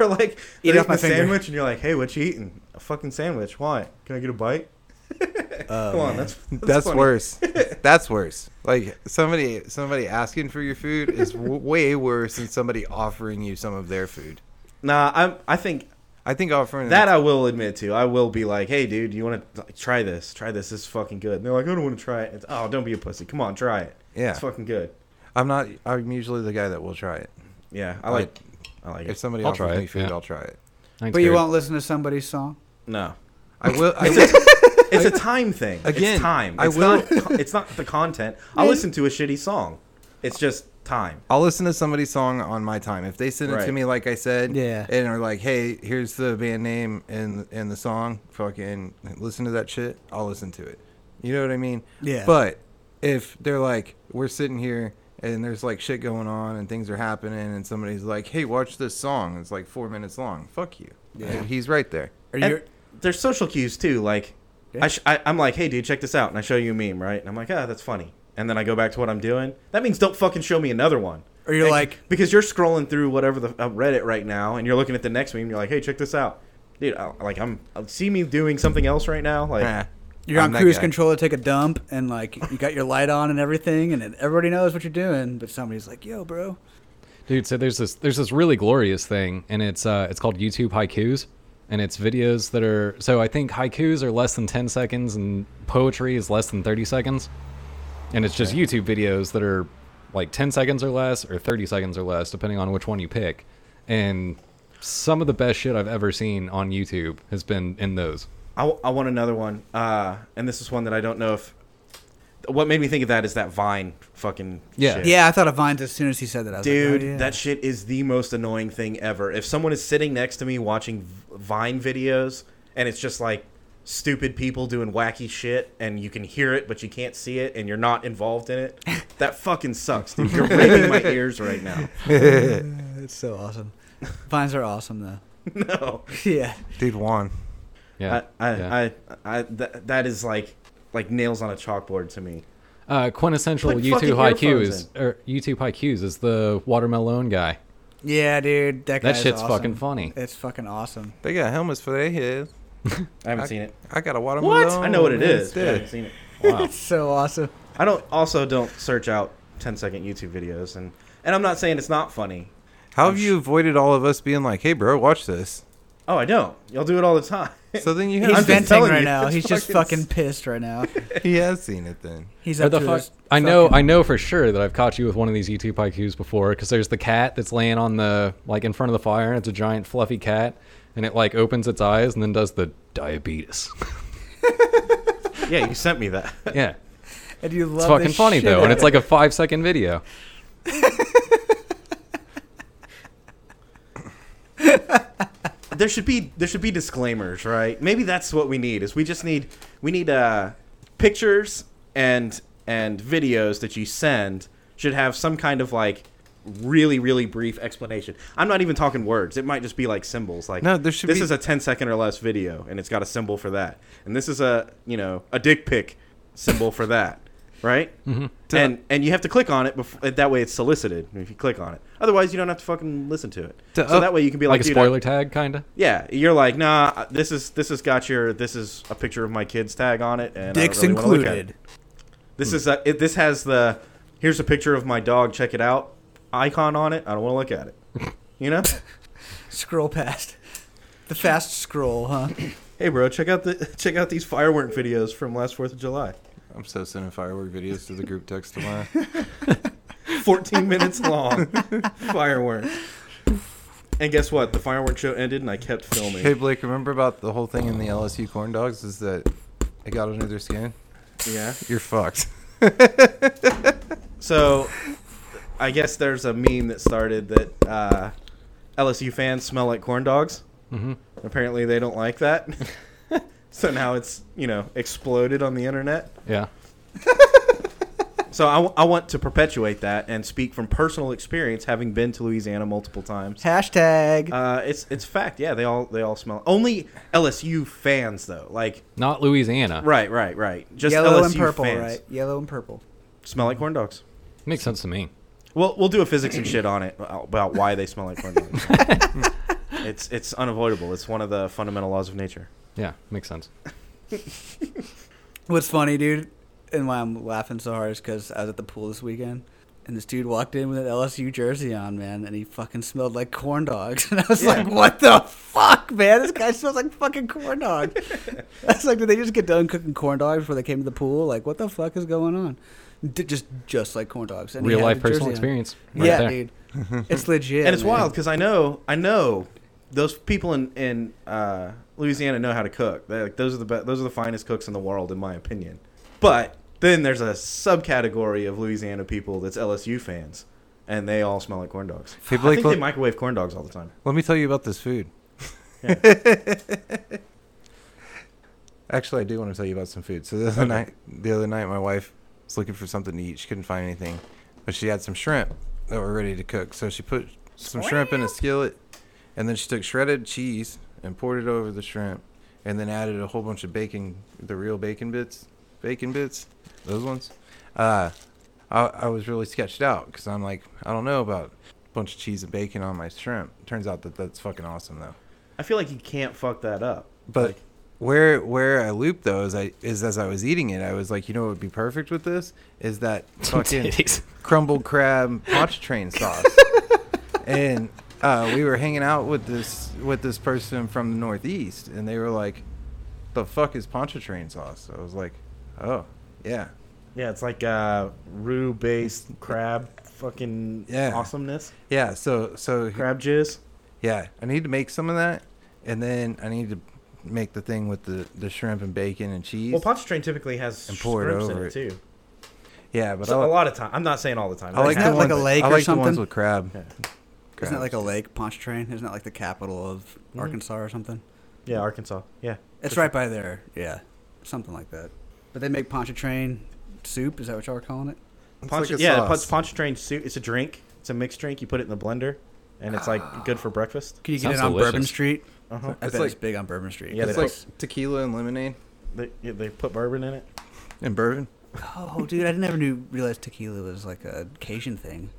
or like
Eat
they
off my
the
finger.
sandwich and you're like, "Hey, what you eating? A fucking sandwich. Why? Can I get a bite?" Come on, that's
Oh, That's,
funny.
worse. That's worse. Like somebody somebody asking for your food is w- way worse than somebody offering you some of their food.
Nah, I I think
I think offering
that
uh,
I will admit to. I will be like, "Hey, dude, you want to try this? Try this. This is fucking good." And they're like, "I don't want to try it." It's, oh, don't be a pussy. Come on, try it.
Yeah.
It's fucking good.
I'm not. I'm usually the guy that will try it.
Yeah, I like I like
If
it.
somebody
I'll
offers
try
me
it,
food,
yeah.
I'll try it.
Thanks,
But you
dude.
won't listen to somebody's song.
No.
I will. I will
It's a time thing.
Again,
it's time.
I
It's
will-
not it's not the content. I'll listen to a shitty song. It's just time.
I'll listen to somebody's song on my time. If they send it to
Right.
me, like I said,
Yeah.
and are like, "Hey, here's the band name and and the song. Fucking listen to that shit. I'll listen to it. You know what I mean?
Yeah.
But if they're like, we're sitting here and there's like shit going on and things are happening, and somebody's like, "Hey, watch this song. It's like four minutes long. Fuck you.
Yeah.
Like, he's right there.
Or
And
you're,
there's social cues too. Like,
Yeah.
I sh- I, I'm like, hey, dude, check this out, and I show you a meme, right? And I'm like, ah, that's funny. And then I go back to what I'm doing. That means don't fucking show me another one.
Or you're
And-
like-
because you're scrolling through whatever the uh, Reddit right now, and you're looking at the next meme. You're like, hey, check this out, dude. I, like, I'm uh, see me doing something else right now. Like,
Nah.
you're
I'm
on
that
cruise
guy.
control to take a dump, and like you got your light on and everything, and then everybody knows what you're doing, but somebody's like, yo, bro.
dude so there's this there's this really glorious thing and it's uh it's called youtube haikus and it's videos that are so i think haikus are less than 10 seconds and poetry is less than 30 seconds and it's just youtube videos that are like 10 seconds or less or 30 seconds or less depending on which one you pick and some of the best shit i've ever seen on youtube has been in those
I, I want another one. Uh, and this is one that I don't know if. What made me think of that is that Vine fucking
Yeah.
shit.
Yeah, I thought of Vines as soon as he said that. I was
Dude,
like, oh, yeah.
that shit is the most annoying thing ever. If someone is sitting next to me watching V- Vine videos and it's just like stupid people doing wacky shit and you can hear it but you can't see it and you're not involved in it, that fucking sucks, dude. You're raping my ears right now.
It's so awesome. Vines are awesome though.
No.
yeah.
Dude, Juan.
yeah
I, I,
yeah.
I, I, th- that is like like nails on a chalkboard to me.
uh, quintessential
Put
youtube
fucking
haikus
earphones
or youtube haikus is the watermelon guy
Yeah, dude.
that
That, guy's
shit's
awesome.
fucking funny
It's fucking awesome.
They got helmets for their heads.
I haven't seen it.
I got a watermelon.
What? I know what it is. but I haven't
instead.
seen it.
wow
It's so awesome.
I don't also don't search out 10 second YouTube videos and and I'm not saying it's not funny.
How have you avoided all of us being like, "Hey, bro, watch this"?
Oh, I don't. Y'all do it all the time.
So then you
He's
have.
just
venting
telling
right
you,
now.
it's
He's just
fucking
fucking
s-
pissed right now.
He has seen it then.
He's
Or
up
the
to
fuck-
his
I know,
fucking-
I know for sure that I've caught you with one of these YouTube haikus before. Because there's the cat that's laying on the like in front of the fire, and it's a giant fluffy cat, and it like opens its eyes and then does the diabetes.
yeah, you sent me that.
yeah,
and you love
it's
the
fucking funny
shit
though,
out
and
of
it's like a five second video.
there should be there should be disclaimers, right? Maybe that's what we need. Is we just need we need uh pictures and and videos that you send should have some kind of like really really brief explanation. I'm not even talking words. It might just be like symbols like
No, there should
this
be-
is a 10 second or less video and it's got a symbol for that. And this is a, you know, a dick pic symbol for that, right? Mm-hmm. And and you have to click on it before that way it's solicited if you click on it. Otherwise, you don't have to fucking listen to it.
To
so
up-
that way you can be like,
Like, a
"Dude, I-
spoiler tag, kinda.
yeah, you're like, nah. This is this has got your this is a picture of my kids tag on it, and I
dicks
don't really wanna look at
included.
it. This is a, it, this has the here's a picture of my dog. Check it out. Icon on it. I don't want to look at it. You know?
Scroll past. The fast scroll, huh?
hey, bro, check out the check out these firework videos from last Fourth of July.
I'm so sending firework videos to the group text tomorrow.
Fourteen minutes long firework. And guess what? The firework show ended, and I kept filming.
hey Blake, remember about the whole thing in the LSU corn dogs? Is that it got under their skin?
Yeah.
You're fucked.
So, I guess there's a meme that started that uh, LSU fans smell like corn dogs.
Mhm.
Apparently, they don't like that. so now it's you know exploded on the internet.
Yeah.
So I, w- I want to perpetuate that and speak from personal experience, having been to Louisiana multiple times.
Hashtag.
Uh, it's it's fact, yeah. They all they all smell. Only LSU fans though, like
Not Louisiana.
right, right, right. Just
Yellow
LSU
and purple,
fans
right? Yellow and purple.
smell like corn dogs.
Makes sense to me.
Well, we'll do a physics and shit on it about why they smell like corn dogs. it's it's unavoidable. It's one of the fundamental laws of nature.
Yeah, makes sense.
What's funny, dude, and why I'm laughing so hard is because I was at the pool this weekend, and this dude walked in with an LSU jersey on, man, and he fucking smelled like corn dogs. And I was like, what the fuck, man? This guy smells like fucking corn dog. That's like, did they just get done cooking corn dogs before they came to the pool? Like, what the fuck is going on? D- just, just like corn dogs. And he
Real
had
life
a
personal
jersey on.
experience. Right
yeah,
there.
dude, it's legit.
and it's
man.
wild because I know I know those people in in uh, Louisiana know how to cook. They're like those are the be- those are the finest cooks in the world, in my opinion. But then there's a subcategory of Louisiana people that's LSU fans, and they all smell like corn dogs.
People
I
like
think
lo-
they microwave corn dogs all the time.
Let me tell you about this food. Actually, I do want to tell you about some food. So the other night, the other night, my wife was looking for something to eat. She couldn't find anything, but she had some shrimp that were ready to cook. So she put some shrimp in a skillet, and then she took shredded cheese and poured it over the shrimp, and then added a whole bunch of bacon, the real bacon bits, bacon bits, those ones. Uh, I, I was really sketched out because I'm like, I don't know about a bunch of cheese and bacon on my shrimp. Turns out that that's fucking awesome though.
I feel like you can't fuck that up.
But
Like-
where where I looped though is I is as I was eating it, I was like, you know what would be perfect with this is that fucking
Titties.
crumbled crab pontchartrain sauce. and uh, we were hanging out with this with this person from the Northeast, and they were like, "The fuck is pontchartrain sauce?" I was like, "Oh, yeah,
Yeah, it's like uh, roux based crab fucking
Yeah.
awesomeness.
yeah." So so
Crab jizz.
Yeah, I need to make some of that, and then I need to make the thing with the, the shrimp and bacon and cheese.
Well, pontchartrain typically has
And pour it
shrimps in
over
it
it.
too.
yeah, but
So
I,
a
li-
lot of time. I'm not saying all the time.
I like
Isn't
the
that like
ones,
a lake
I
or
like the ones
something?
with crab.
Yeah.
Isn't that
crabs.
like a lake, Pontchartrain? Isn't that like the capital of
Mhm.
Arkansas or something?
Yeah, Arkansas. Yeah.
It's
For
right by there. Yeah, something like that. But they make pontchartrain soup. Is that what y'all are calling it?
It's
Ponch,
like a
yeah,
sauce.
punch, Pontchartrain soup. It's a drink. It's a mixed drink. You put it in the blender, and it's like good for breakfast.
Can you get
Sounds
it on Bourbon
delicious.
Street?
Ah. Uh-huh.
I
It's
bet
like-
it's big on Bourbon Street.
Yeah,
it's
they-
like tequila and lemonade
They, yeah, they put bourbon in it.
and bourbon.
oh, dude, I never knew realized tequila was like a Cajun thing.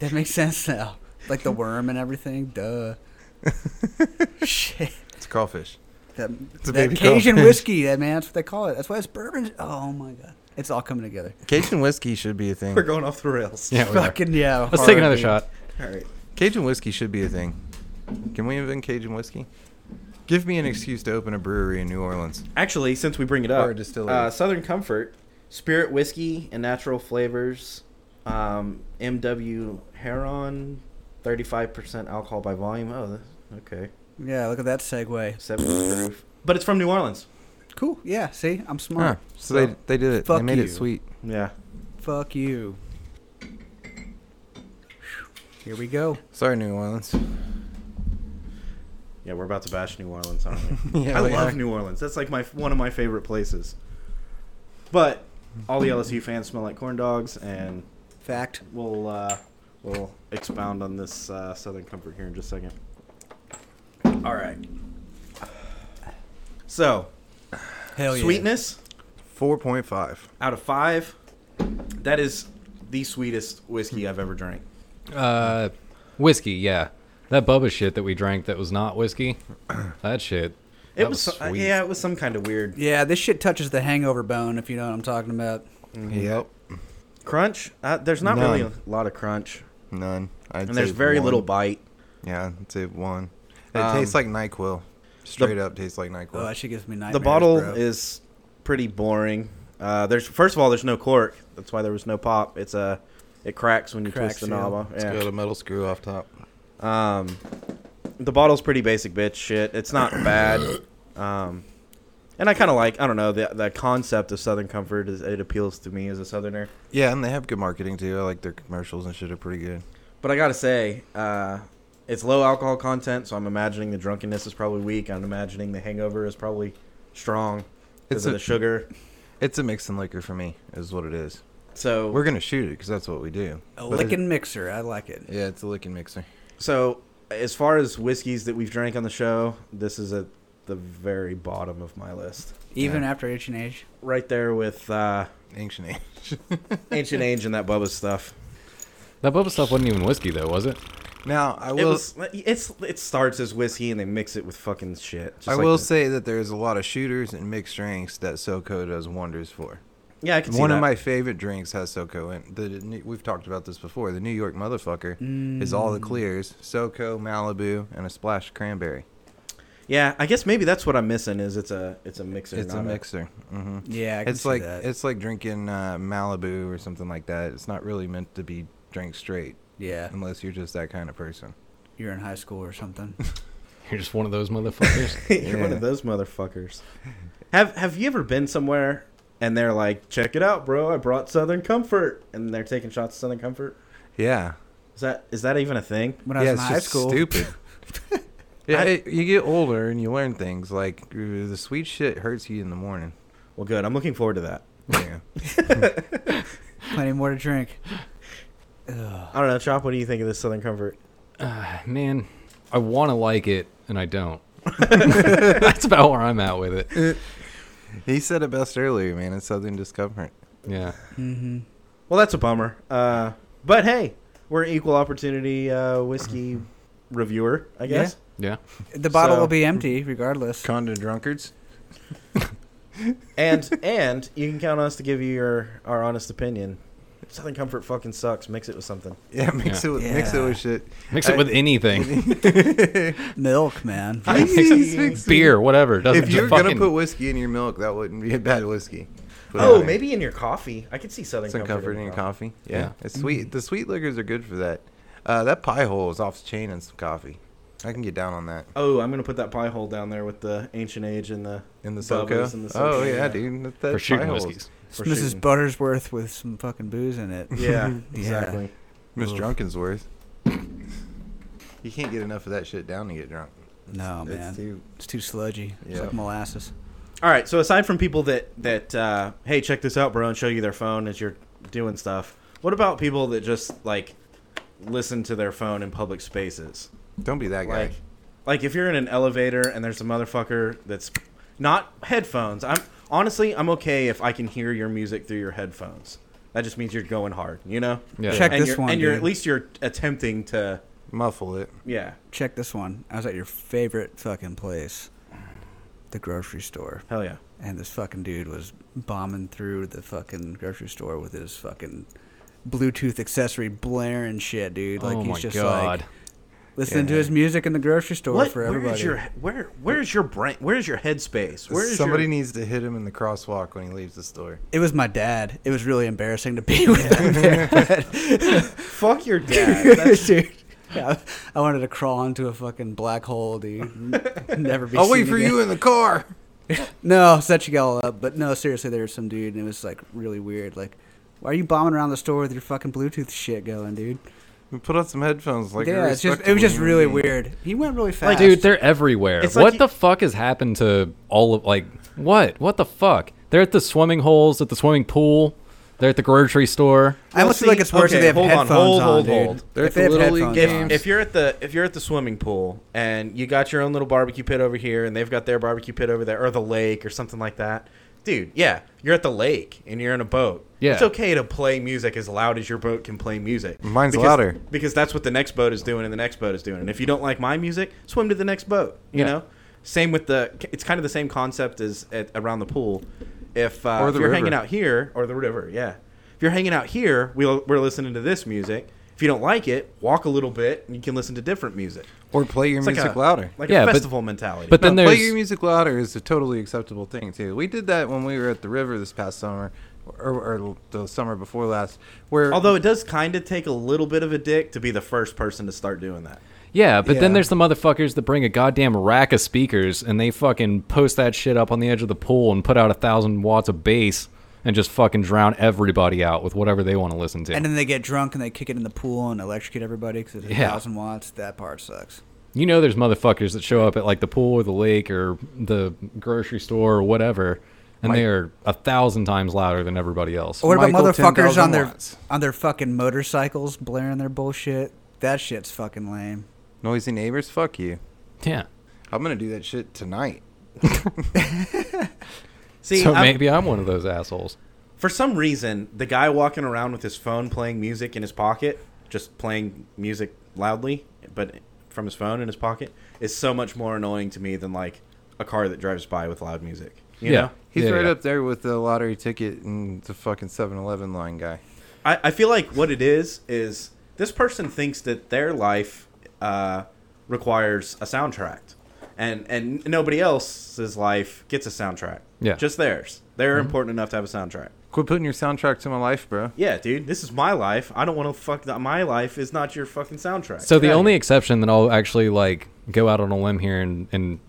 that makes sense now. Like the worm and everything. Duh. Shit.
It's crawfish.
That,
a
that
baby
Cajun
crawfish.
whiskey, that man. That's what they call it. That's why it's bourbon. Oh my god, it's all coming together.
Cajun whiskey should be a thing.
We're going off the rails.
Yeah, we are.
Fucking yeah.
Let's
hard,
take another
dude.
shot.
All right.
Cajun whiskey should be a thing. Can we invent Cajun whiskey? Give me an excuse to open a brewery in New Orleans.
Actually, since we bring it up,
Or a distillery.
uh, Southern Comfort, Spirit Whiskey and Natural Flavors, um, MW Heron, 35% alcohol by volume. Oh, that- okay.
Yeah, look at that segue.
70 proof. But it's from New Orleans.
Cool. Yeah. See, I'm smart.
Huh. So they
So,
they did it. They
fuck
made
you.
it sweet.
Yeah.
Fuck you. Here we go.
Sorry, New Orleans.
Yeah, we're about to bash New Orleans, aren't we?
yeah,
I
we
love
are.
New Orleans. That's like my one of my favorite places. But all the LSU fans smell like corn dogs, and
Fact.
we'll uh, we'll expound on this uh, Southern Comfort here in just a second. All right. So
Hell yeah.
sweetness
Four point five.
out of five, that is the sweetest whiskey I've ever drank.
Uh, whiskey, yeah. That Bubba shit that we drank that was not whiskey. That shit.
It
that
was, so- uh,
sweet.
yeah, it was some kind of weird
Yeah, this shit touches the hangover bone, if you know what I'm talking about.
Yep.
crunch. Uh, there's not
None.
really a lot of crunch,
None. I'd
and there's
say
very
one.
little bite.
Yeah, I'd say one. It
Um,
tastes like Nyquil. Straight up, tastes like Nyquil.
Oh, that shit gives me nightmares.
the bottle
bro.
is pretty boring. Uh, there's first of all, there's no cork. That's why there was no pop. It's a it cracks when you
Cracks,
twist the
yeah.
knob. off.
It's got a metal screw off top.
Yeah. Um, the bottle's pretty basic bitch shit. It's not bad. Um, And I kind of like I don't know the the concept of Southern comfort is it appeals to me as a Southerner.
Yeah, and they have good marketing too. I like their commercials and shit are pretty good.
But I gotta say, uh, it's low alcohol content, so I'm imagining the drunkenness is probably weak. I'm imagining the hangover is probably strong
It's
because
a-
of the sugar.
It's a mix and liquor for me, is what it is.
So
We're gonna shoot it because that's what we do.
A
But-
licking mixer. I like it.
Yeah, it's a licking mixer.
so as far as whiskeys that we've drank on the show, this is at the very bottom of my list,
Even after H and H.
right there with uh,
Ancient age.
Ancient Age and that Bubba stuff.
That Bubba stuff wasn't even whiskey though, was it?
Now I
It
will.
was it's it starts as whiskey and they mix it with fucking shit. Just
I
like
will
the-
say that there's a lot of shooters and mixed drinks that SoCo does wonders for.
yeah, I can see
One
that.
of my favorite drinks has SoCo in. The, we've talked about this before. The New York motherfucker is all the clears, SoCo, Malibu, and a splash of cranberry.
Yeah, I guess maybe that's what I'm missing is it's a it's a mixer.
It's a
not
mixer. hmm
Yeah, I can
It's
see
like
that.
it's like drinking uh, Malibu or something like that. It's not really meant to be drank straight
yeah,
unless you're just that kind of person.
you're in high school or something.
You're just one of those motherfuckers.
You're one
Yeah.
of those motherfuckers. Have Have you ever been somewhere and they're like, "Check it out, bro! I brought Southern Comfort," and they're taking shots of Southern Comfort?
Yeah.
Is that is that even a thing?
When I was
yeah,
in high school,
stupid. yeah,
I-
it- you get older and you learn things like uh, the sweet shit hurts you in the morning.
Well, good. I'm looking forward to that.
Yeah.
plenty more to drink. Ugh.
I don't know, Chop. What do you think of this Southern Comfort?
Ah, man, I want to like it and I don't. That's about where I'm at with it.
he said it best earlier, man. It's southern discomfort.
Yeah.
Mm-hmm.
Well, that's a bummer. Uh, but hey, we're an equal opportunity uh, whiskey reviewer, I guess.
Yeah.
The bottle
So-
will be empty regardless.
Condon drunkards.
And and you can count on us to give you your our honest opinion. Southern Comfort fucking sucks. Mix it with something.
Yeah, mix
Yeah.
it with mix it
Yeah.
with shit.
Mix it
I-
with anything.
Milk, man.
Mix it- beer, whatever. Doesn't
if
just
you're gonna
fucking-
put whiskey in your milk, that wouldn't be a bad whiskey. Put it
Oh,
in.
maybe in your coffee. I could see Southern
some
Comfort.
comfort in your coffee. Yeah,
Yeah.
it's sweet. The sweet liquors are good for that. Uh, that pie hole is off chain and some coffee. I can get down on that
Oh, I'm gonna put that pie hole down there with the ancient age and the
in the
Bubba's
soco.
and the
oh
Soco,
yeah,
yeah.
dude. That, that
for
pie
shooting
hole's-
whiskeys.
It's
for
Mrs.
shooting.
Buttersworth with some fucking booze in it.
yeah,
Yeah.
exactly.
Miss
Oof.
Drunkensworth. You can't get enough of that shit down to get drunk.
No,
It's
Oh, man.
too-
It's too sludgy. It's
Yeah.
like molasses.
All right. So aside from people that that uh, hey, check this out, bro, and show you their phone as you're doing stuff. What about people that just like listen to their phone in public spaces?
don't be that guy.
Like, like if you're in an elevator and there's a motherfucker that's not headphones. I'm honestly, I'm okay if I can hear your music through your headphones. That just means you're going hard, you know.
Yeah.
Check
and
this
you're,
one,
and you're
dude.
at least you're attempting to,
Muffle it.
yeah.
Check this one. I was at your favorite fucking place, the grocery store,
Hell yeah.
and this fucking dude was bombing through the fucking grocery store with his fucking Bluetooth accessory blaring shit, dude. Like
oh
he's
my
just
god.
like listening to
Yeah.
his music in the grocery store
What-
for
Where
everybody.
is your where where is your brain? Where is your headspace? Where is
Somebody
your,
needs to hit him in the crosswalk when he leaves the store.
It was my dad. It was really embarrassing to be with him there.
fuck your dad? That's,
dude. Yeah, I wanted to crawl into a fucking black hole, dude. Never be.
I'll wait
seen
for
again.
you in the car.
No, set you all up. But no, seriously, there was some dude, and it was like really weird. Like, why are you bombing around the store with your fucking Bluetooth shit going, dude?
We put on some headphones. Like a
yeah, it's just it was
respectable
just
human
really
being.
weird. He went really fast,
Like, dude, they're everywhere.
It's
what
like you-
the fuck has happened to all of like what? What the fuck? They're at the swimming holes, at the swimming pool. They're at the grocery store.
I almost
Well,
feel like
see,
it's worse
okay,
if they have
hold on,
headphones
hold,
on,
hold,
dude.
hold.
They're
If
at
they
the
have
Little League
headphones
if,
on.
games.
if you're at the if you're at the swimming pool and you got your own little barbecue pit over here and they've got their barbecue pit over there or the lake or something like that, dude, yeah, you're at the lake and you're in a boat.
Yeah.
it's okay to play music as loud as your boat can play music.
Mine's
because,
louder.
because that's what the next boat is doing and the next boat is doing. And if you don't like my music, swim to the next boat. You
Yeah.
know, same with the. It's kind of the same concept as at, around the pool. If uh,
Or
if
the
you're hanging
river.
out here or the river, yeah. If you're hanging out here, we'll, we're listening to this music. If you don't like it, walk a little bit, and you can listen to different music.
Or play your
It's
music
like a,
louder.
like
Yeah,
a
but-
festival mentality.
But then
No,
there's
play your music louder is a totally acceptable thing too. We did that when we were at the river this past summer, or, or the summer before last. Where
although it does kind of take a little bit of a dick to be the first person to start doing that.
Yeah, but then
Yeah.
there's the motherfuckers that bring a goddamn rack of speakers and they fucking post that shit up on the edge of the pool and put out a thousand watts of bass and just fucking drown everybody out with whatever they want to listen to.
And then they get drunk and they kick it in the pool and electrocute everybody because it's a
Yeah.
thousand watts. That part sucks.
you know, there's motherfuckers that show up at like the pool or the lake or the grocery store or whatever, and they are a thousand times louder than everybody else.
Or what
Michael,
about motherfuckers
10,000
on their
watts.
on their fucking motorcycles blaring their bullshit? That shit's fucking lame.
Noisy neighbors, fuck you.
yeah.
I'm gonna do that shit tonight.
See,
so
I'm-
maybe I'm one of those assholes.
for some reason, the guy walking around with his phone playing music in his pocket, just playing music loudly, but from his phone in his pocket, is so much more annoying to me than like a car that drives by with loud music. You
yeah.
know?
He's
Yeah,
right
yeah.
up there with the lottery ticket and the fucking 7-Eleven line guy.
I, I feel like what it is is this person thinks that their life uh, requires a soundtrack, and and nobody else's life gets a soundtrack.
Yeah. Mm-hmm.
just theirs. They're important enough to have a soundtrack.
Quit putting your soundtrack to my life, bro.
Yeah, dude, this is my life. I don't want to fuck that. My life is not your fucking soundtrack.
So the
Get outta
only
here.
exception that I'll actually like go out on a limb here and and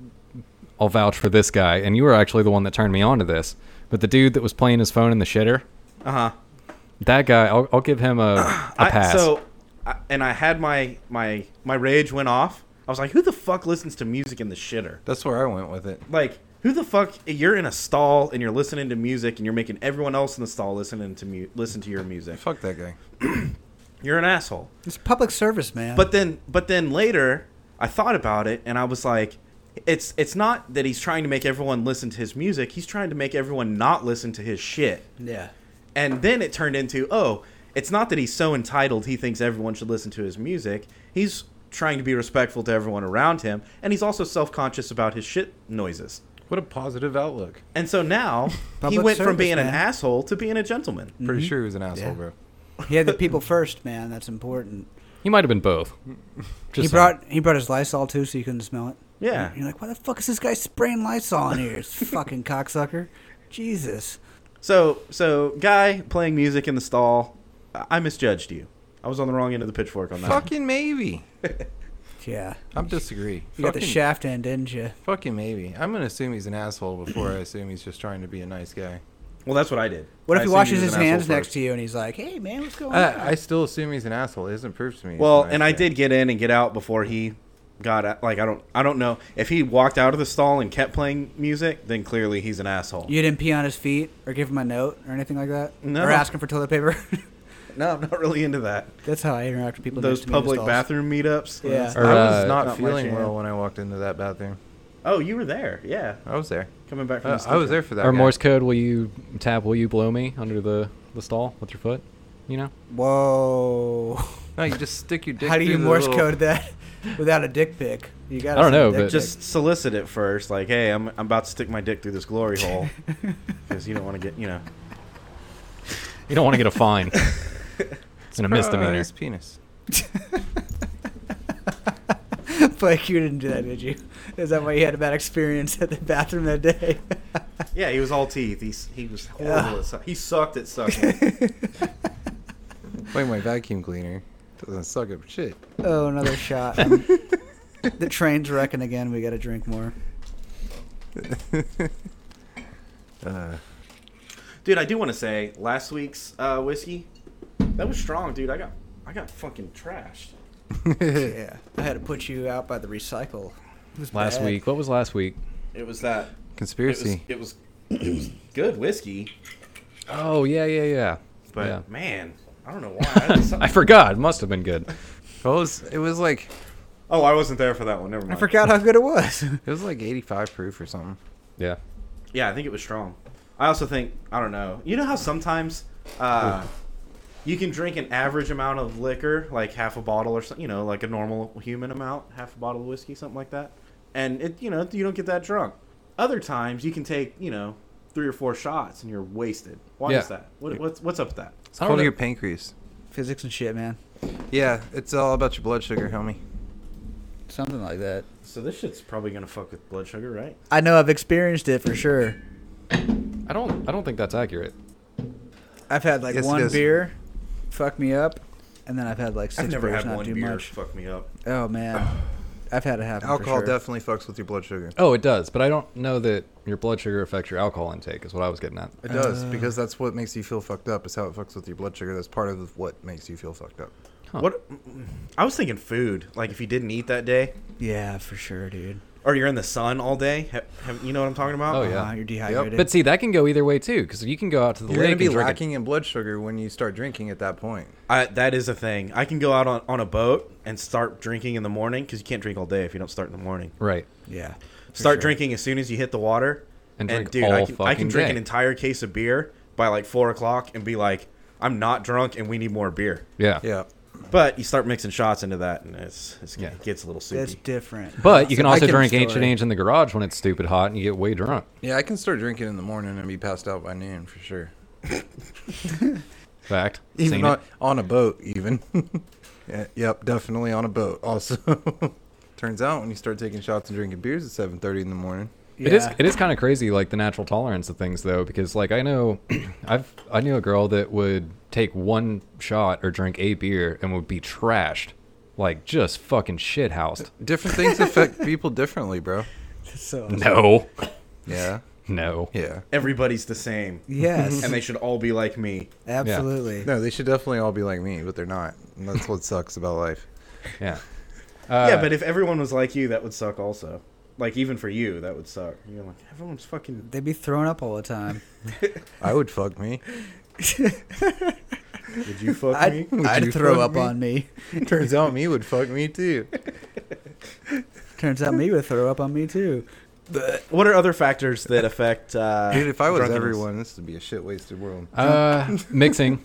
I'll vouch for this guy, and you were actually the one that turned me on to this. But the dude that was playing his phone in the shitter,
uh-huh.
that guy, I'll, I'll give him a, a
I-
pass.
so, I, and I had my my my rage went off. I was like, who the fuck listens to music in the shitter?
That's where I went with it.
Like, who the fuck? You're in a stall and you're listening to music and you're making everyone else in the stall listening to mu- listen to your music.
Fuck that guy.
You're an asshole.
It's public service, man.
But then, but then later, I thought about it and I was like, it's it's not that he's trying to make everyone listen to his music. He's trying to make everyone not listen to his shit.
yeah,
And then it turned into, oh, it's not that he's so entitled he thinks everyone should listen to his music. He's trying to be respectful to everyone around him, and he's also self conscious about his shit noises.
What a positive outlook.
And so now he
Public
went from
service,
being an
man.
asshole to being a gentleman.
Pretty sure he was an asshole,
Mm-hmm. Yeah.
bro.
he had the people first, man. That's important.
he might have been both.
he
Just saying.
brought he brought his Lysol too, so you couldn't smell it.
Yeah.
You're like, why the fuck is this guy spraying Lysol in here? It's fucking cocksucker. Jesus.
So, so guy playing music in the stall, I I misjudged you. I was on the wrong end of the pitchfork on that.
Fucking maybe.
Yeah.
I'm disagree.
You got the
Fucking-
shaft end, didn't you?
Fucking maybe. I'm gonna assume he's an asshole before I assume he's just trying to be a nice guy.
Well, that's what I did.
What
I
if he
assume
washes
he was
his
an asshole
hands next
first. Uh,
to you and he's like, hey, man, what's going
I,
on?
I still assume he's an asshole. It hasn't proved to me. he's
Well,
a nice
and I
guy.
did get in and get out before he got out. like I don't I don't know if he walked out of the stall and kept playing music, then clearly he's an asshole.
You didn't pee on his feet or give him a note or anything like that?
No.
Or ask him for toilet paper?
No, I'm not really into that.
That's how I interact with people.
Those
next to me in the
public
stalls.
bathroom meetups.
Yeah.
I was
Uh,
not,
not my
feeling
jam.
well when I walked into that bathroom.
Oh, you were there. Yeah.
I was there.
Coming back from
Uh,
the
I was
stinker.
there for that.
or
guy.
Morse code, will you tap? Will you blow me under the the stall with your foot? You know,
Whoa.
No, you just stick your dick.
how do you
through the
Morse
little-
code that without a dick pic? You got
I don't know, but-
Just solicit it first, like, hey, I'm, I'm about to stick my dick through this glory hole, because you don't want to get, you know.
you don't want to get a fine and a misdemeanor.
Christ, penis.
like you didn't do that, did you? Is that why you had a bad experience at the bathroom that day?
Yeah, he was all teeth. He's, he was horrible.
Yeah.
At su- he sucked at sucking.
Like my vacuum cleaner doesn't suck up shit.
oh, another shot. Um, the train's wrecking again. We got to drink more.
Uh,
dude, I do want to say last week's uh, whiskey, that was strong, dude. I got I got fucking trashed.
Yeah, I had to put you out by the recycle. It was
Last
bad.
week, what was last week?
It was that. It was,
conspiracy.
it was it was good whiskey,
Oh yeah, yeah, yeah.
but
Yeah.
man, I don't know why. I just-
I forgot. It must have been good.
Well, it was it was like
oh, I wasn't there for that one. Never mind.
I forgot how good it was.
it was like 85 proof or something.
Yeah.
Yeah, I think it was strong. I also think I don't know. You know how sometimes uh, you can drink an average amount of liquor, like half a bottle or something. You know, like a normal human amount, half a bottle of whiskey, something like that. And it, you know, you don't get that drunk. Other times you can take, you know, three or four shots and you're wasted. Why
Yeah.
is that? What, what's what's up with that?
It's
I don't
called
know.
your pancreas.
Physics and shit, man.
Yeah, it's all about your blood sugar, homie.
Something like that.
So this shit's probably gonna fuck with blood sugar, right?
I know I've experienced it for sure.
I don't. I don't think that's accurate.
I've had like
Yes, it
one
is.
beer, fuck me up, and then I've had like 6
I've never
beers,
had
not
one
too
beer.
much.
Fuck me up.
Oh man, I've had it happen. for
Alcohol
sure.
definitely fucks with your blood sugar.
Oh, it does, but I don't know that your blood sugar affects your alcohol intake. Is what I was getting at.
It does
Uh,
because that's what makes you feel fucked up. Is how it fucks with your blood sugar. That's part of what makes you feel fucked up.
Huh.
What? I was thinking food. Like if you didn't eat that day,
Yeah, for sure, dude.
or you're in the sun all day. Have, have, you know what I'm talking about?
Oh, yeah.
Uh, you're dehydrated.
But see, that can go either way too, because you can go out to the
You're
lake
gonna be
and drink a-
lacking in blood sugar when you start drinking at that point.
I, that is a thing. I can go out on, on a boat and start drinking in the morning because you can't drink all day if you don't start in the morning.
right.
yeah, for
Start
sure.
drinking as soon as you hit the water.
And drink
dude,
all
I can, I
fucking
can drink
day.
an entire case of beer by like four o'clock and be like, I'm not drunk and we need more beer.
Yeah.
Yeah.
But you start mixing shots into that and it's, it's
Yeah.
it gets a little soupy.
That's different.
But you can
I
also
can
drink
store
ancient
it.
age in the garage when it's stupid hot and you get way drunk.
Yeah, I can start drinking in the morning and be passed out by noon for sure.
Fact.
Even
Seen
on,
it.
on a boat, even. Yeah, yep, definitely on a boat. Also, turns out when you start taking shots and drinking beers at seven thirty in the morning,
It is
Yeah.
it is kind of crazy, like the natural tolerance of things, though, because like I know, I've I knew a girl that would take one shot or drink a beer and would be trashed, like just fucking shit housed.
different things affect people differently, bro.
So
No,
Yeah,
no.
yeah.
Everybody's the same.
yes,
And they should all be like me.
absolutely.
No, they should definitely all be like me, but they're not. And that's what sucks about life.
Yeah.
yeah,
Uh,
but if everyone was like you, that would suck also. Like even for you, that would suck. You're like, everyone's fucking
They'd be thrown up all the time.
I would fuck me.
would you fuck me?
I'd,
Would
I'd
you
throw
fuck
up
me?
on me.
Turns out me would fuck me too.
Turns out me would throw up on me too.
What are other factors that affect uh
Dude, if I was
drunkenness?
everyone, this would be a shit wasted world.
Uh, mixing.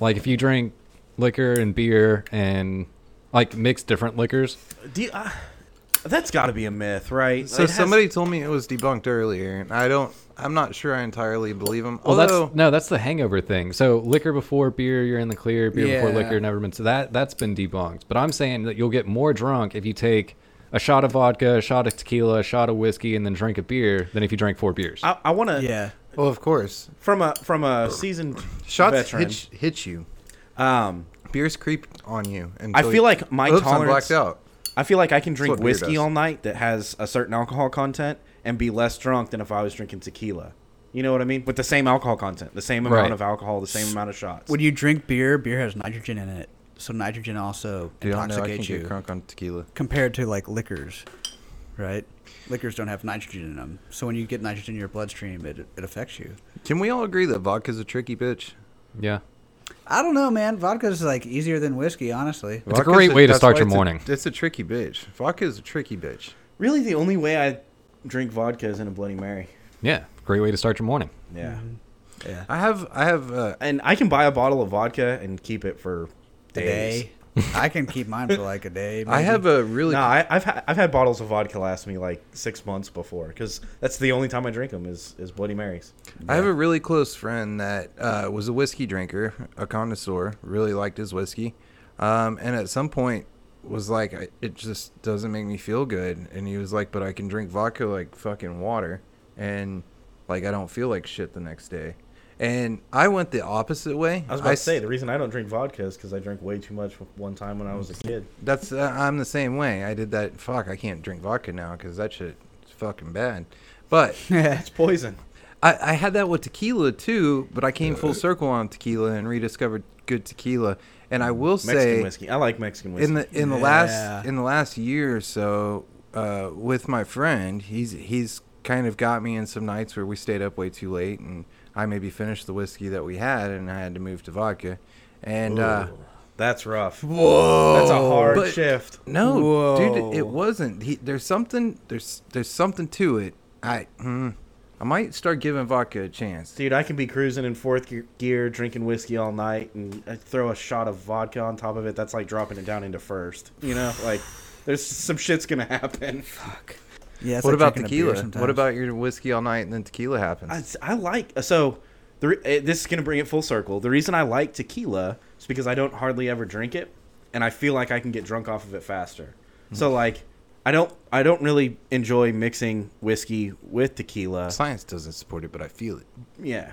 Like if you drink liquor and beer and like mix different liquors.
Do you- uh, that's got to be a myth, right?
So
It has-
somebody told me it was debunked earlier, and I don't. I'm not sure I entirely believe them.
Well,
although
that's no, that's the hangover thing. So liquor before beer, you're in the clear. Beer before
Yeah.
liquor, never been. So that that's been debunked. But I'm saying that you'll get more drunk if you take a shot of vodka, a shot of tequila, a shot of whiskey, and then drink a beer than if you drank four beers.
I, I want to
Yeah,
well, of course,
from a from a seasoned
shots
veteran.
hit, hit you.
Um,
Beers creep on you. And
I feel like my
oops, I'm
tolerance.
blacked out.
I feel like I can drink
what beer
whiskey
does.
all night that has a certain alcohol content and be less drunk than if I was drinking tequila. You know what I mean? With the same alcohol content, the same amount
Right.
of alcohol, the same amount of shots.
when you drink beer, beer has nitrogen in it, so nitrogen also
Dude, I know I can
intoxicates
get
you.
crunk on tequila.
compared to like liquors, right? Liquors don't have nitrogen in them, so when you get nitrogen in your bloodstream, it it affects you.
Can we all agree that vodka's a tricky bitch?
yeah.
I don't know, man. Vodka's like easier than whiskey, honestly.
It's a
Vodka's
great way to
that's
start
why
your
it's a-
morning.
It's a tricky bitch. Vodka is a tricky bitch.
really, the only way I drink vodka is in a Bloody Mary.
Yeah. Great way to start your morning.
Yeah,
Yeah.
I have, I have, uh,
and I can buy a bottle of vodka and keep it for
A
days.
day. I can keep mine for like a day.
I
maybe.
have a really.
No, I, I've ha- I've had bottles of vodka last me like six months before because that's the only time I drink them is is Bloody Marys.
I have a really close friend that uh, was a whiskey drinker, a connoisseur, really liked his whiskey, um, and at some point was like, I, "It just doesn't make me feel good." And he was like, "But I can drink vodka like fucking water, and like I don't feel like shit the next day." And I went the opposite way.
I was about to
s-
say the reason I don't drink vodka is because I drank way too much one time when I was a kid.
That's uh, I'm the same way. I did that. Fuck, I can't drink vodka now because that shit is fucking bad. But
It's poison.
I, I had that with tequila too, but I came full circle on tequila and rediscovered good tequila. And I will
Mexican
say,
whiskey. I like Mexican whiskey.
in the in the
Yeah.
last in the last year or so, uh, with my friend, he's he's kind of got me in some nights where we stayed up way too late, and I maybe finished the whiskey that we had, and I had to move to vodka. And uh,
that's rough. Whoa, that's a hard
But-
shift.
no,
Whoa.
dude, it wasn't. He, there's something there's there's something to it. I mm, I might start giving vodka a chance.
Dude, I can be cruising in fourth ge- gear, drinking whiskey all night, and I throw a shot of vodka on top of it. That's like dropping it down into first. You know, like there's some shit's gonna happen.
Yeah, it's
what
like
about
drinking a beer
tequila? What
sometimes.
about your whiskey all night and then tequila happens?
I, I like so. The, re- eh, this is gonna bring it full circle. The reason I like tequila is because I don't hardly ever drink it, and I feel like I can get drunk off of it faster. So like, I don't I don't really enjoy mixing whiskey with tequila.
Science doesn't support it, but I feel it.
Yeah.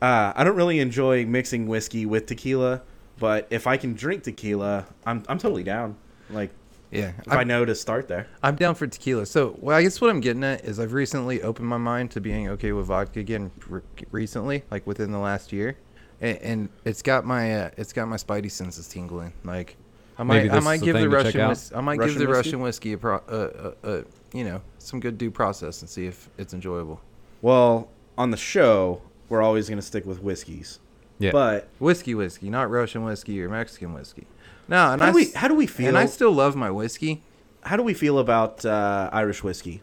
uh, I don't really enjoy mixing whiskey with tequila, But if I can drink tequila, I'm I'm totally down. Like
Yeah,
if i
I'm,
know to start there.
I'm down for tequila. So, well, I guess what I'm getting at is I've recently opened my mind to being okay with vodka again. Re- recently, like within the last year, and, and it's got my uh, it's got my spidey senses tingling. Like, I might
Maybe
I
this
might
is a
give the
thing to check
Russian
out.
whis- I might
Russian
give the
whiskey?
Russian whiskey a pro- uh, uh, uh, you know some good due process and see if it's enjoyable.
Well, on the show, we're always gonna stick with whiskeys.
Yeah.
But
Whiskey, whiskey, not Russian whiskey or Mexican whiskey. No, and
how
I
do we
s-
how do we feel
and I still love my whiskey.
how do we feel about uh, Irish whiskey?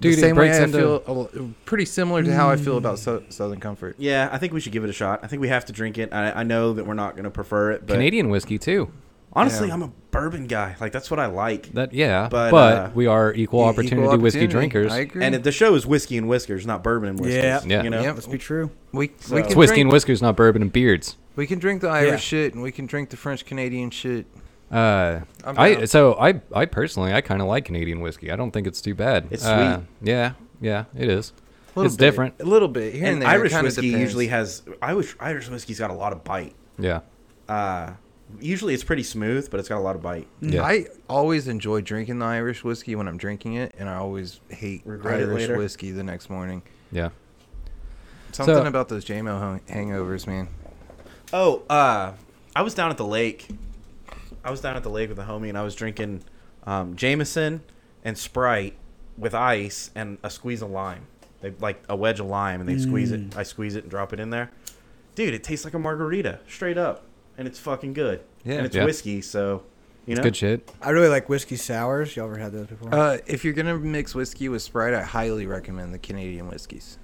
Dude,
the
it
same way
breaks
I
into-
feel a l- pretty similar to how I feel
Mm.
about so- Southern Comfort.
Yeah, I think we should give it a shot. I think we have to drink it. I, I know that we're not gonna prefer it, but
Canadian whiskey too.
honestly,
Yeah.
I'm a bourbon guy. Like that's what I like.
That yeah,
But,
but,
uh,
we are equal
E-
opportunity
equal
whiskey
opportunity.
drinkers.
I agree.
And if the show is whiskey and whiskers, not bourbon and whiskers.
Yeah.
Yeah.
You know?
Yep.
Let's be true.
we,
So-
we
It's
It's
can
whiskey
drink,
and whiskers, not bourbon and beards.
we can drink the Irish
Yeah.
shit, and we can drink the French Canadian shit.
Uh,
I'm
I
down.
so I I personally I kind of like Canadian whiskey. I don't think it's too bad.
It's
Uh,
sweet.
Yeah, yeah, it is.
Little
It's
bit,
different.
a little bit. Here and,
And
there,
Irish
kinda
whiskey
depends.
usually has Irish Irish whiskey's got a lot of bite.
Yeah,
Uh, usually it's pretty smooth, but it's got a lot of bite.
yeah.
I always enjoy drinking the Irish whiskey when I'm drinking it, and I always hate
Regret it
Irish
later.
whiskey the next morning.
yeah.
Something about those JMO hang- hangovers, man.
Oh, uh, I was down at the lake. I was down at the lake with a homie, and I was drinking um, Jameson and Sprite with ice and a squeeze of lime. They like a wedge of lime, and they squeeze
Mm.
it. I squeeze it and drop it in there. Dude, it tastes like a margarita, straight up, and it's fucking good.
Yeah.
and it's
Yeah.
whiskey, so you know.
Good shit.
I really like whiskey sours. Y'all ever had those before?
Uh, if you're gonna mix whiskey with Sprite, I highly recommend the Canadian whiskeys.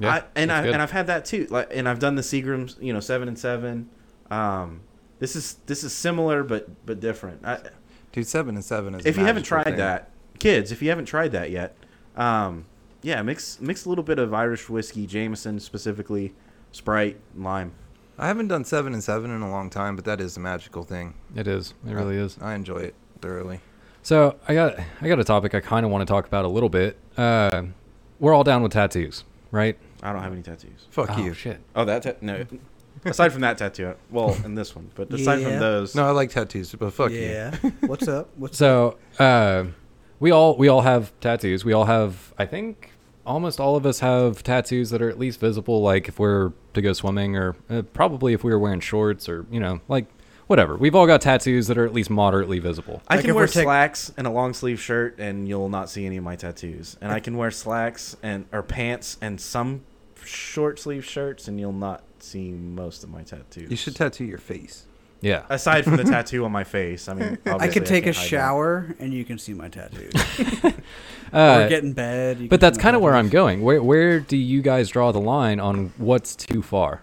Yeah,
I, and
it's
I
good.
and I've had that too. Like, and I've done the Seagrams, you know, seven and seven. Um, this is this is similar but but different. I,
Dude, seven and seven is. a
if you haven't
magical
tried
thing.
that, kids, if you haven't tried that yet, um, yeah, mix mix a little bit of Irish whiskey, Jameson specifically, Sprite, lime.
I haven't done seven and seven in a long time, but that is a magical thing.
It is. It really is.
I enjoy it thoroughly.
So I got I got a topic I kind of want to talk about a little bit. Uh, we're all down with tattoos, right?
I don't have any tattoos.
Fuck
oh,
you.
Shit.
Oh, that ta- no. aside from that tattoo, well, and this one, but aside
Yeah.
from those,
No, I like tattoos, but fuck you.
yeah. What's up? What's
So uh, we all we all have tattoos. We all have. I think almost all of us have tattoos that are at least visible. Like if we're to go swimming, or uh, probably if we were wearing shorts, or you know, like whatever. We've all got tattoos that are at least moderately visible.
I
Like
can
if
wear
we're tech-
slacks and a long sleeve shirt, and you'll not see any of my tattoos. And I can wear slacks and or pants and some short sleeve shirts, and you'll not see most of my tattoos.
You should tattoo your face.
Yeah.
aside from the tattoo on my face. I mean,
I
obviously
could take a
can't hide that.
shower and you can see my tattoos. or
Uh,
get in bed. you
but
can see
that's
my
kind of where I'm
tattoos.
going. Where where do you guys draw the line on what's too far?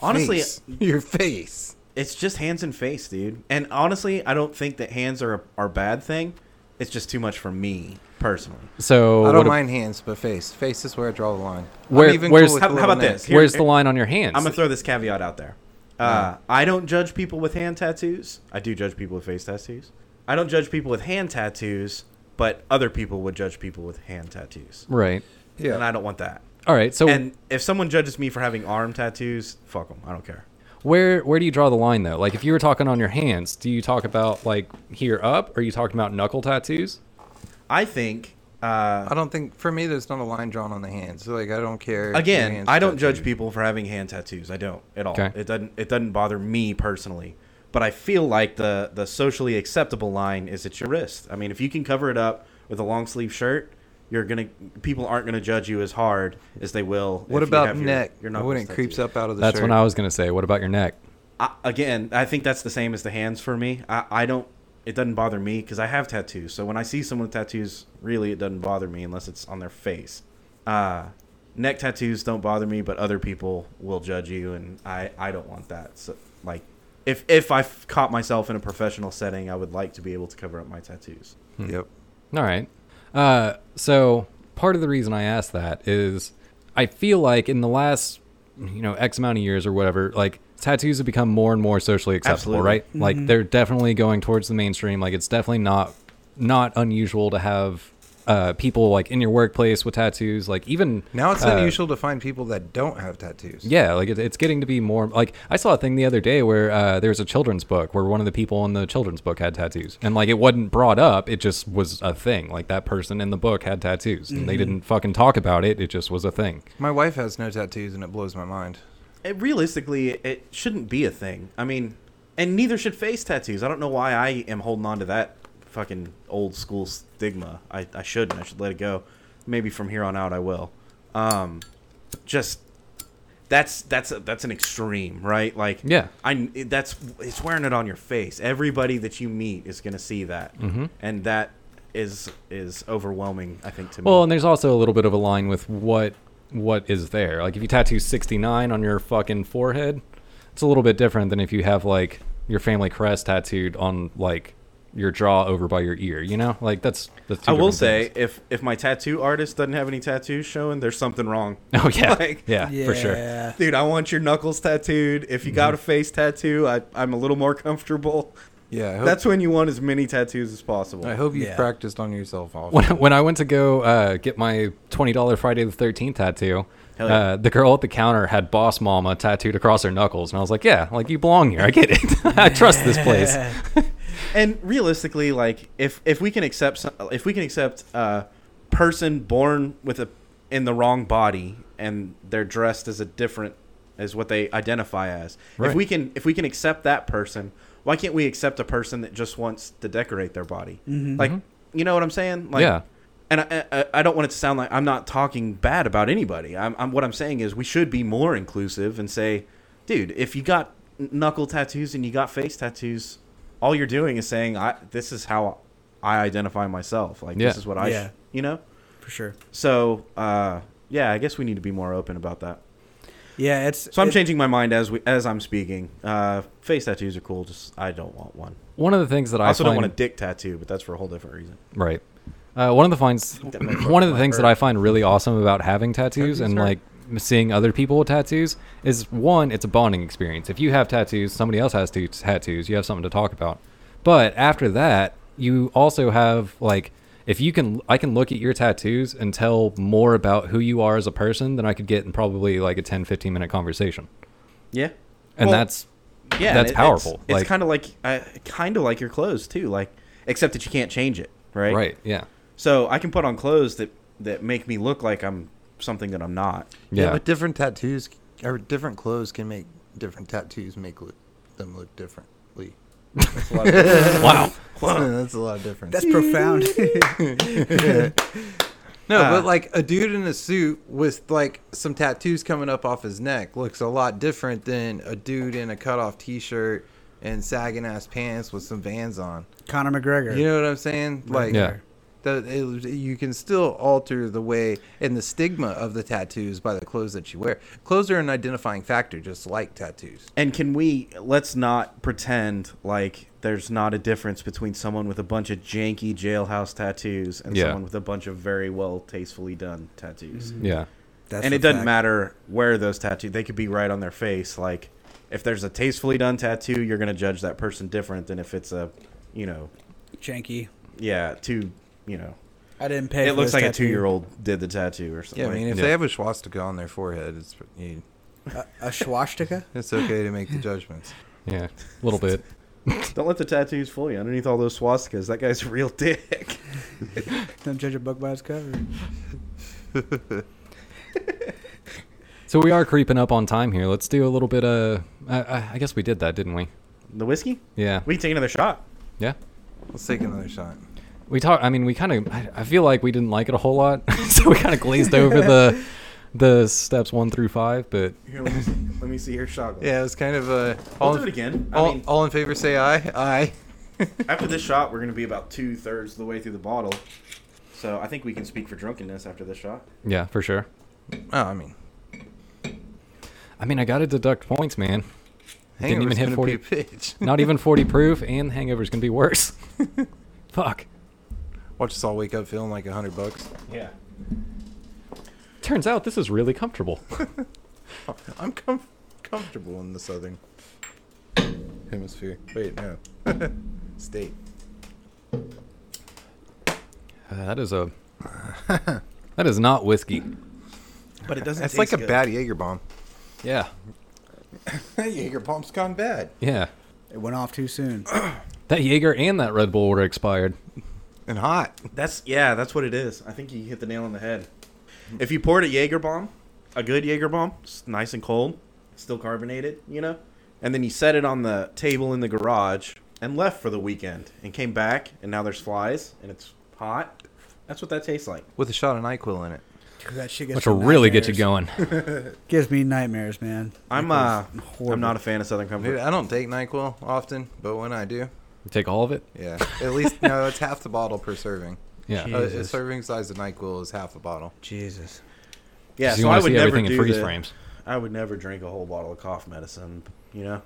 Honestly, uh,
Face. your face.
it's just hands and face, dude. And honestly, I don't think that hands are a, are a bad thing. It's just too much for me personally.
So
I
what
don't
ab-
mind hands, but face. Face is where I draw the line. I'm
Where- where's-
with
How,
the
how about
little
this?
neck.
Here-
where's the
here-
line on your hands?
I'm gonna throw this caveat out there. Uh, I don't judge people with hand tattoos. I do judge people with face tattoos. I don't judge people with hand tattoos, but other people would judge people with hand tattoos,
right.
Yeah.
and I don't want that.
All right. So
And if someone judges me for having arm tattoos, fuck them. I don't care.
Where where do you draw the line though? Like if you were talking on your hands, do you talk about like here up? Or are you talking about knuckle tattoos?
I think. Uh,
I don't think for me there's not a line drawn on the hands. So, like I don't care. if your
again
hands
i don't
tattooed.
judge people for having hand tattoos i don't at all
Okay.
it doesn't it doesn't bother me personally but i feel like the the socially acceptable line is at your wrist i mean if you can cover it up with a long sleeve shirt you're gonna people aren't gonna judge you as hard as they will
What
if you
about
have your-
neck?
your
when it
knuckles
creeps
tattooed.
up out of the
That's
shirt.
what I was gonna say. What about your neck?
I, again i think that's the same as the hands for me i, I don't it doesn't bother me because i have tattoos so when i see someone with tattoos really it doesn't bother me unless it's on their face uh, neck tattoos don't bother me but other people will judge you and i, I don't want that so like if if i f- caught myself in a professional setting i would like to be able to cover up my tattoos
Hmm. Yep.
All right. Uh, so part of the reason I asked that is I feel like in the last you know X amount of years or whatever, like tattoos have become more and more socially acceptable,
Absolutely.
right? Like they're definitely going towards the mainstream. Like it's definitely not not unusual to have uh, people like in your workplace with tattoos, like even
Now it's
uh,
unusual to find people that don't have tattoos.
Yeah, like it, it's getting to be more like I saw a thing the other day where uh, there was a children's book where one of the people in the children's book had tattoos, and like it wasn't brought up, it just was a thing. Like that person in the book had tattoos, and
Mm-hmm.
they didn't fucking talk about it. It just was a thing.
My wife has no tattoos, and it blows my mind.
It, realistically, it shouldn't be a thing. I mean, and neither should face tattoos. I don't know why I am holding on to that fucking old school stigma. I, I shouldn't. I should let it go. Maybe from here on out, I will. Um, just that's that's a, that's an extreme, right? Like,
Yeah.
I that's it's wearing it on your face. Everybody that you meet is gonna see that, mm-hmm. and that is is overwhelming. I think to me.
Well, and there's also a little bit of a line with what what is there. Like if you tattoo 69 on your fucking forehead, it's a little bit different than if you have like your family crest tattooed on like your jaw over by your ear. You know, like that's that's. two
I will
different
say,
things.
if if my tattoo artist doesn't have any tattoos showing, there's something wrong.
Oh yeah,
Like,
yeah, for sure.
Yeah.
Dude, I want your knuckles tattooed. If you got a
Mm-hmm.
face tattoo, I, I'm a little more comfortable.
Yeah, I hope,
That's when you want as many tattoos as possible.
I hope you've
Yeah.
practiced on yourself. Off.
when, when I went to go uh, get my twenty dollar Friday the Thirteenth tattoo,
Hell yeah.
uh, the girl at the counter had Boss Mama tattooed across her knuckles, and I was like, "Yeah, like you belong here. I get it. I trust this place."
And realistically, like if if we can accept some, if we can accept a person born with a in the wrong body and they're dressed as a different as what they identify as. If
Right.
we can if we can accept that person, why can't we accept a person that just wants to decorate their body?
Mm-hmm.
Like you know what I'm saying? Like
Yeah.
and I, I, I don't want it to sound like I'm not talking bad about anybody. I'm, I'm what I'm saying is we should be more inclusive and say, dude, if you got knuckle tattoos and you got face tattoos, all you're doing is saying, I this is how I identify myself. Like this
Yeah.
is what I,
Yeah.
sh- you know.
For sure.
So uh, yeah, I guess we need to be more open about that.
Yeah, it's.
So I'm
it-
changing my mind as we as I'm speaking. Uh, face tattoos are cool. Just I don't want one.
One of the things that I,
I also
find,
don't want a dick tattoo, but that's for a whole different reason.
Right. Uh, one of the finds, one of the things that
bird.
I find really awesome about having tattoos and like seeing other people with tattoos is one, it's a bonding experience. If you have tattoos, somebody else has t- tattoos, you have something to talk about. But after that, you also have like, if you can, I can look at your tattoos and tell more about who you are as a person than I could get in probably like a 10, 15 minute conversation.
Yeah,
And
Well,
that's,
yeah,
That's
and
powerful.
It's,
Like-
kind of like uh, kind of like your clothes too, like except that you can't change it, right?
right. Yeah.
So I can put on clothes that that make me look like I'm something that I'm not.
Yeah.
but different tattoos or different clothes can make different tattoos make look, them look differently.
That's a lot of-
wow.
That's a lot of difference.
That's profound.
No,
Uh,
Ah.
but like a dude in a suit with like some tattoos coming up off his neck looks a lot different than a dude in a cutoff t-shirt and sagging ass pants with some Vans on.
Conor McGregor.
You know what I'm saying? Like,
Yeah.
the, it, you can still alter the way and the stigma of the tattoos by the clothes that you wear. Clothes are an identifying factor, just like tattoos.
and can we let's not pretend like there's not a difference between someone with a bunch of janky jailhouse tattoos and
Yeah.
someone with a bunch of very well tastefully done tattoos.
Yeah.
Mm-hmm. That's
and
a
it doesn't
fact.
matter where those tattoos they could be right on their face like if there's a tastefully done tattoo you're going to judge that person different than if it's a you know
Janky.
yeah two you know
I didn't pay.
it
for
looks
this
like a
tattoo.
two-year-old did the tattoo or something
Yeah, I mean, if
Yeah.
they have a swastika on their forehead, it's you,
A swastika.
it's okay to make the judgments.
Yeah. A little bit.
don't let the tattoos fool you underneath all those swastikas that guy's a real dick
Don't judge a book by its cover.
So we are creeping up on time here. Let's do a little bit of. I, I, I guess we did that, didn't we?
the whiskey
Yeah.
we can take another shot
yeah.
Let's take another shot.
We talked. I mean, we kind of. I, I feel like we didn't like it a whole lot, so we kind of glazed over the the steps one through five. But
here let me see, let me see your shot glass.
Yeah, it was kind of a.
we'll
all
do it again i
All,
mean
all in favor say aye. Aye.
after this shot we're going to be about two-thirds of the way through the bottle so i think we can speak for drunkenness after this shot
yeah, for sure.
Oh, I mean,
I mean, I got to deduct points, man. Didn't even
hangover's
hit
gonna be
40.
a pitch.
Not even forty proof, and the hangover's gonna be worse. Fuck.
Watch us all wake up feeling like a hundred bucks.
yeah
Turns out this is really comfortable.
I'm com- comfortable in the southern hemisphere. Wait, no, state.
Uh, that is a That is not whiskey.
But it doesn't.
That's
It's
like a bad Jaeger bomb.
Yeah.
Jaeger bomb's gone bad.
Yeah.
It went off too soon.
That Jaeger and that Red Bull were expired.
And hot.
That's yeah, that's what it is. I think you hit the nail on the head. If you poured a Jaeger bomb, a good Jaeger bomb, it's nice and cold, still carbonated, you know, and then you set it on the table in the garage and left for the weekend and came back and now there's flies and it's hot. That's what that tastes like.
With a shot of NyQuil in it.
That shit gets
Which
me
will really get you
nightmares.
going.
Gives me nightmares, man.
I'm uh, I'm not a fan of Southern Comfort.
Dude, I don't take NyQuil often, but when I do,
Take all of it.
yeah. At least, no, it's half the bottle per serving.
Yeah.
Uh, a
Jesus.
serving size of NyQuil is half a bottle.
Jesus.
yeah,
'Cause
so
wanna
I would never do
freeze
the-
frames.
I would never drink a whole bottle of cough medicine, you know.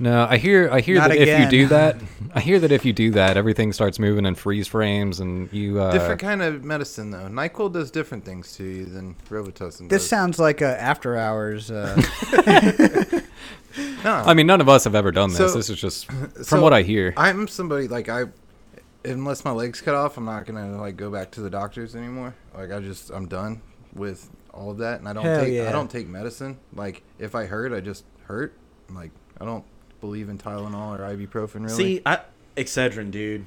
No, I hear I hear
Not
that if
again.
you do that, I hear that if you do that, everything starts moving in freeze frames and you uh
Different kind of medicine, though. NyQuil does different things to you than Robitussin
This
does.
sounds like a after hours. Uh,
no,
I mean, none of us have ever done this.
So-
this is just from
So,
what I hear.
I'm somebody like I, unless my legs cut off, I'm not gonna like go back to the doctors anymore. Like I just I'm done with all of that, and I don't
Hell
take
yeah.
I don't take medicine. Like if I hurt, I just hurt. Like I don't believe in Tylenol or ibuprofen really.
See, I Excedrin, dude,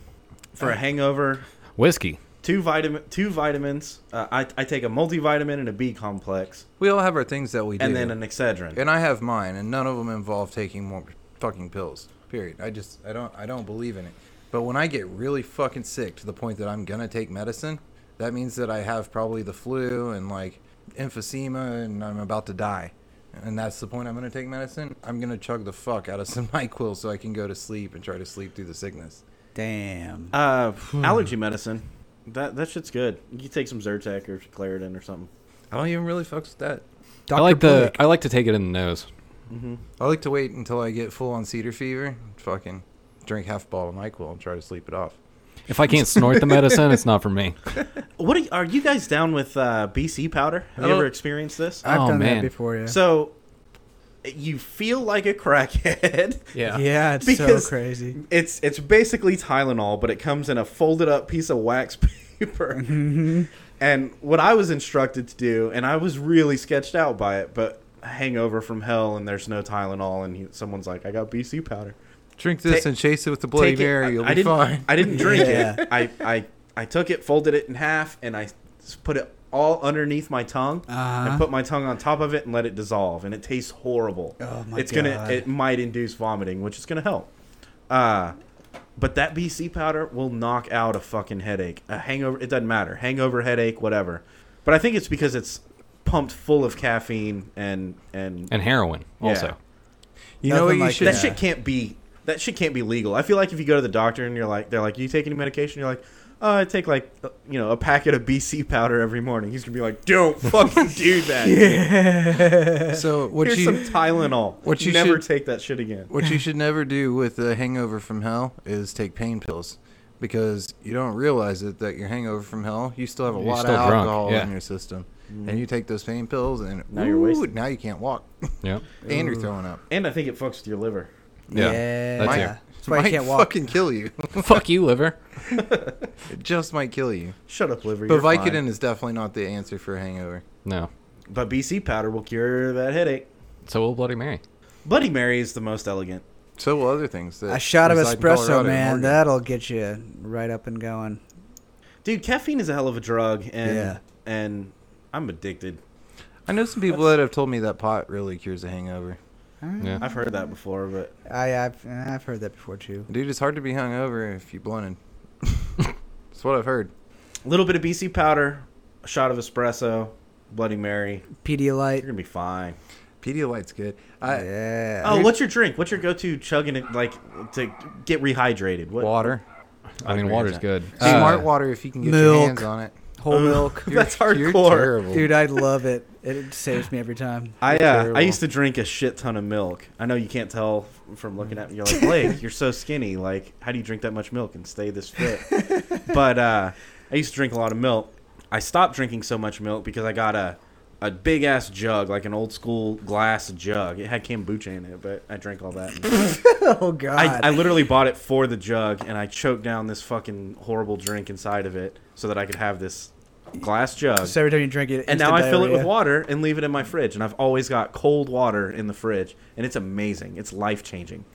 for a hangover,
Whiskey.
two vitamin two vitamins. Uh, I I take a multivitamin and a B complex,
we all have our things that we do,
and then an Excedrin.
and I have mine, and none of them involve taking more fucking pills. Period. I just I don't I don't believe in it. But when I get really fucking sick to the point that I'm gonna take medicine, that means that I have probably the flu and like emphysema, and I'm about to die. And that's the point I'm gonna take medicine. I'm gonna chug the fuck out of some Nyquil so I can go to sleep and try to sleep through the sickness.
damn.
Uh, allergy medicine. That that shit's good. You take some Zyrtec or Claritin or something.
I don't even really fucks with that.
I
Dr.
like
Blake.
the I like to take it in the nose.
I like to wait until I get full on cedar fever, fucking drink half a bottle of Nyquil and try to sleep it off.
If I can't snort the medicine, it's not for me.
What are you, are you guys down with uh, BC powder? Have you
Oh.
ever experienced this?
I've
Oh,
done
man.
that before, yeah.
So you feel like a crackhead.
yeah, it's
Because-
so crazy.
It's it's basically Tylenol, but it comes in a folded up piece of wax paper. and what I was instructed to do, and I was really sketched out by it, but hangover from hell, and there's no Tylenol, and he, someone's like, "I got BC powder."
Drink this
Ta-
and chase it with the Bloody
Take it-
Mary.
I-
You'll
I,
be
didn't,
fine.
I didn't drink
Yeah.
it. I, I I took it, folded it in half, and I s- put it all underneath my tongue.
Uh-huh.
And put my tongue on top of it and let it dissolve, and it tastes horrible.
Oh, my
it's gonna
God.
it might induce vomiting, which is gonna help. Uh but that BC powder will knock out a fucking headache, a hangover. It doesn't matter, hangover, headache, whatever. But I think it's because it's pumped full of caffeine and and
And heroin also.
Yeah.
You know what
Nothing
you
like
should
that
Yeah.
shit can't be that shit can't be legal. I feel like if you go to the doctor and you're like, they're like, "Do you take any medication?" You're like, "Oh, I take like uh, you know a packet of BC powder every morning." He's gonna be like, "Don't fucking do that.
So what
Here's
you
some Tylenol.
what you
never
should-
take that shit again."
what you should never do with a hangover from hell is take pain pills because you don't realize it that your hangover from hell you still have a
You're
lot of
still drunk,
alcohol
yeah.
in your system and you take those pain pills and
Mm-hmm. Now you're
woo,
wasted.
now you can't walk
Yep.
and you're throwing up.
And I think it fucks with your liver.
Yeah. That's
Yeah.
it.
That's why you
might
can't walk.
fucking kill you.
Fuck you, liver.
it just might kill you.
Shut up, liver.
But
you're fine.
Vicodin is definitely not the answer for a hangover.
No.
but BC powder will cure that headache.
So will Bloody Mary.
Bloody Mary is the most elegant.
So will other things. That
A shot of
reside in
espresso,
Colorado and
man,
Oregon.
that'll get you right up and going.
Dude, caffeine is a hell of a drug, and
Yeah.
and I'm addicted.
I know some people that have told me that pot really cures a hangover.
Yeah.
I've heard that before, but
I, I've, I've heard that before too.
Dude, it's hard to be hungover if you blunted. That's what I've heard.
a little bit of BC powder, a shot of espresso, Bloody Mary, you're
Pedialyte.
gonna be fine.
Pedialight's good. I,
yeah.
Oh, what's your drink? What's your go-to chugging it like to get rehydrated? What?
Water.
I mean,
agree
water's
with
good.
Smart
Uh,
water if you can get your
milk.
hands on it.
Whole milk.
That's
You're
hardcore.
terrible.
Dude, I love it. it. It saves me every time.
I uh,
Terrible.
I used to drink a shit ton of milk. I know you can't tell from looking at me. You're like Blake, you're so skinny. Like, how do you drink that much milk and stay this fit? but uh, I used to drink a lot of milk. I stopped drinking so much milk because I got a a big ass jug, like an old school glass jug. It had kombucha in it, but I drank all that.
Oh, God.
I, I literally bought it for the jug, and I choked down this fucking horrible drink inside of it so that I could have this glass jug.
So every time you drink it,
and now I
instant
fill it with
diarrhea.
water and leave it in my fridge, and I've always got cold water in the fridge, and it's amazing. It's life changing.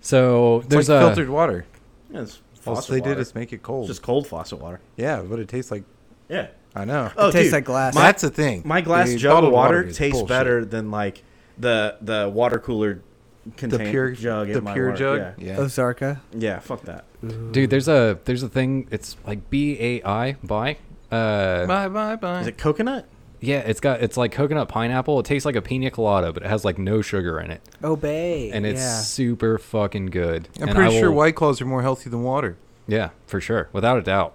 So
There's
there's
like
a
filtered water.
Yeah, it's
All
faucet
they
water.
did is make it
It's
cold.
just cold faucet water.
yeah, but it tastes like
Yeah.
I know.
Oh,
tastes
dude,
like glass.
My,
That's a thing.
my glass
The
jug of
bottled
water,
is
tastes
bullshit.
better than like the the water cooler
The
container
pure
jug. in
The
my
pure
water.
jug. Hmm.
Yeah.
Yeah.
Oh, Ozarka.
yeah, fuck that.
dude. There's a there's a thing. It's like B A I by. Uh,
Bye bye bye.
Is it coconut?
yeah, it's got it's like coconut pineapple. It tastes like a pina colada, but it has like no sugar in it,
Obey.
and it's
Oh, yeah.
super fucking good.
I'm
And I
pretty sure
will-
White Claws are more healthy than water.
Yeah, for sure, without a doubt,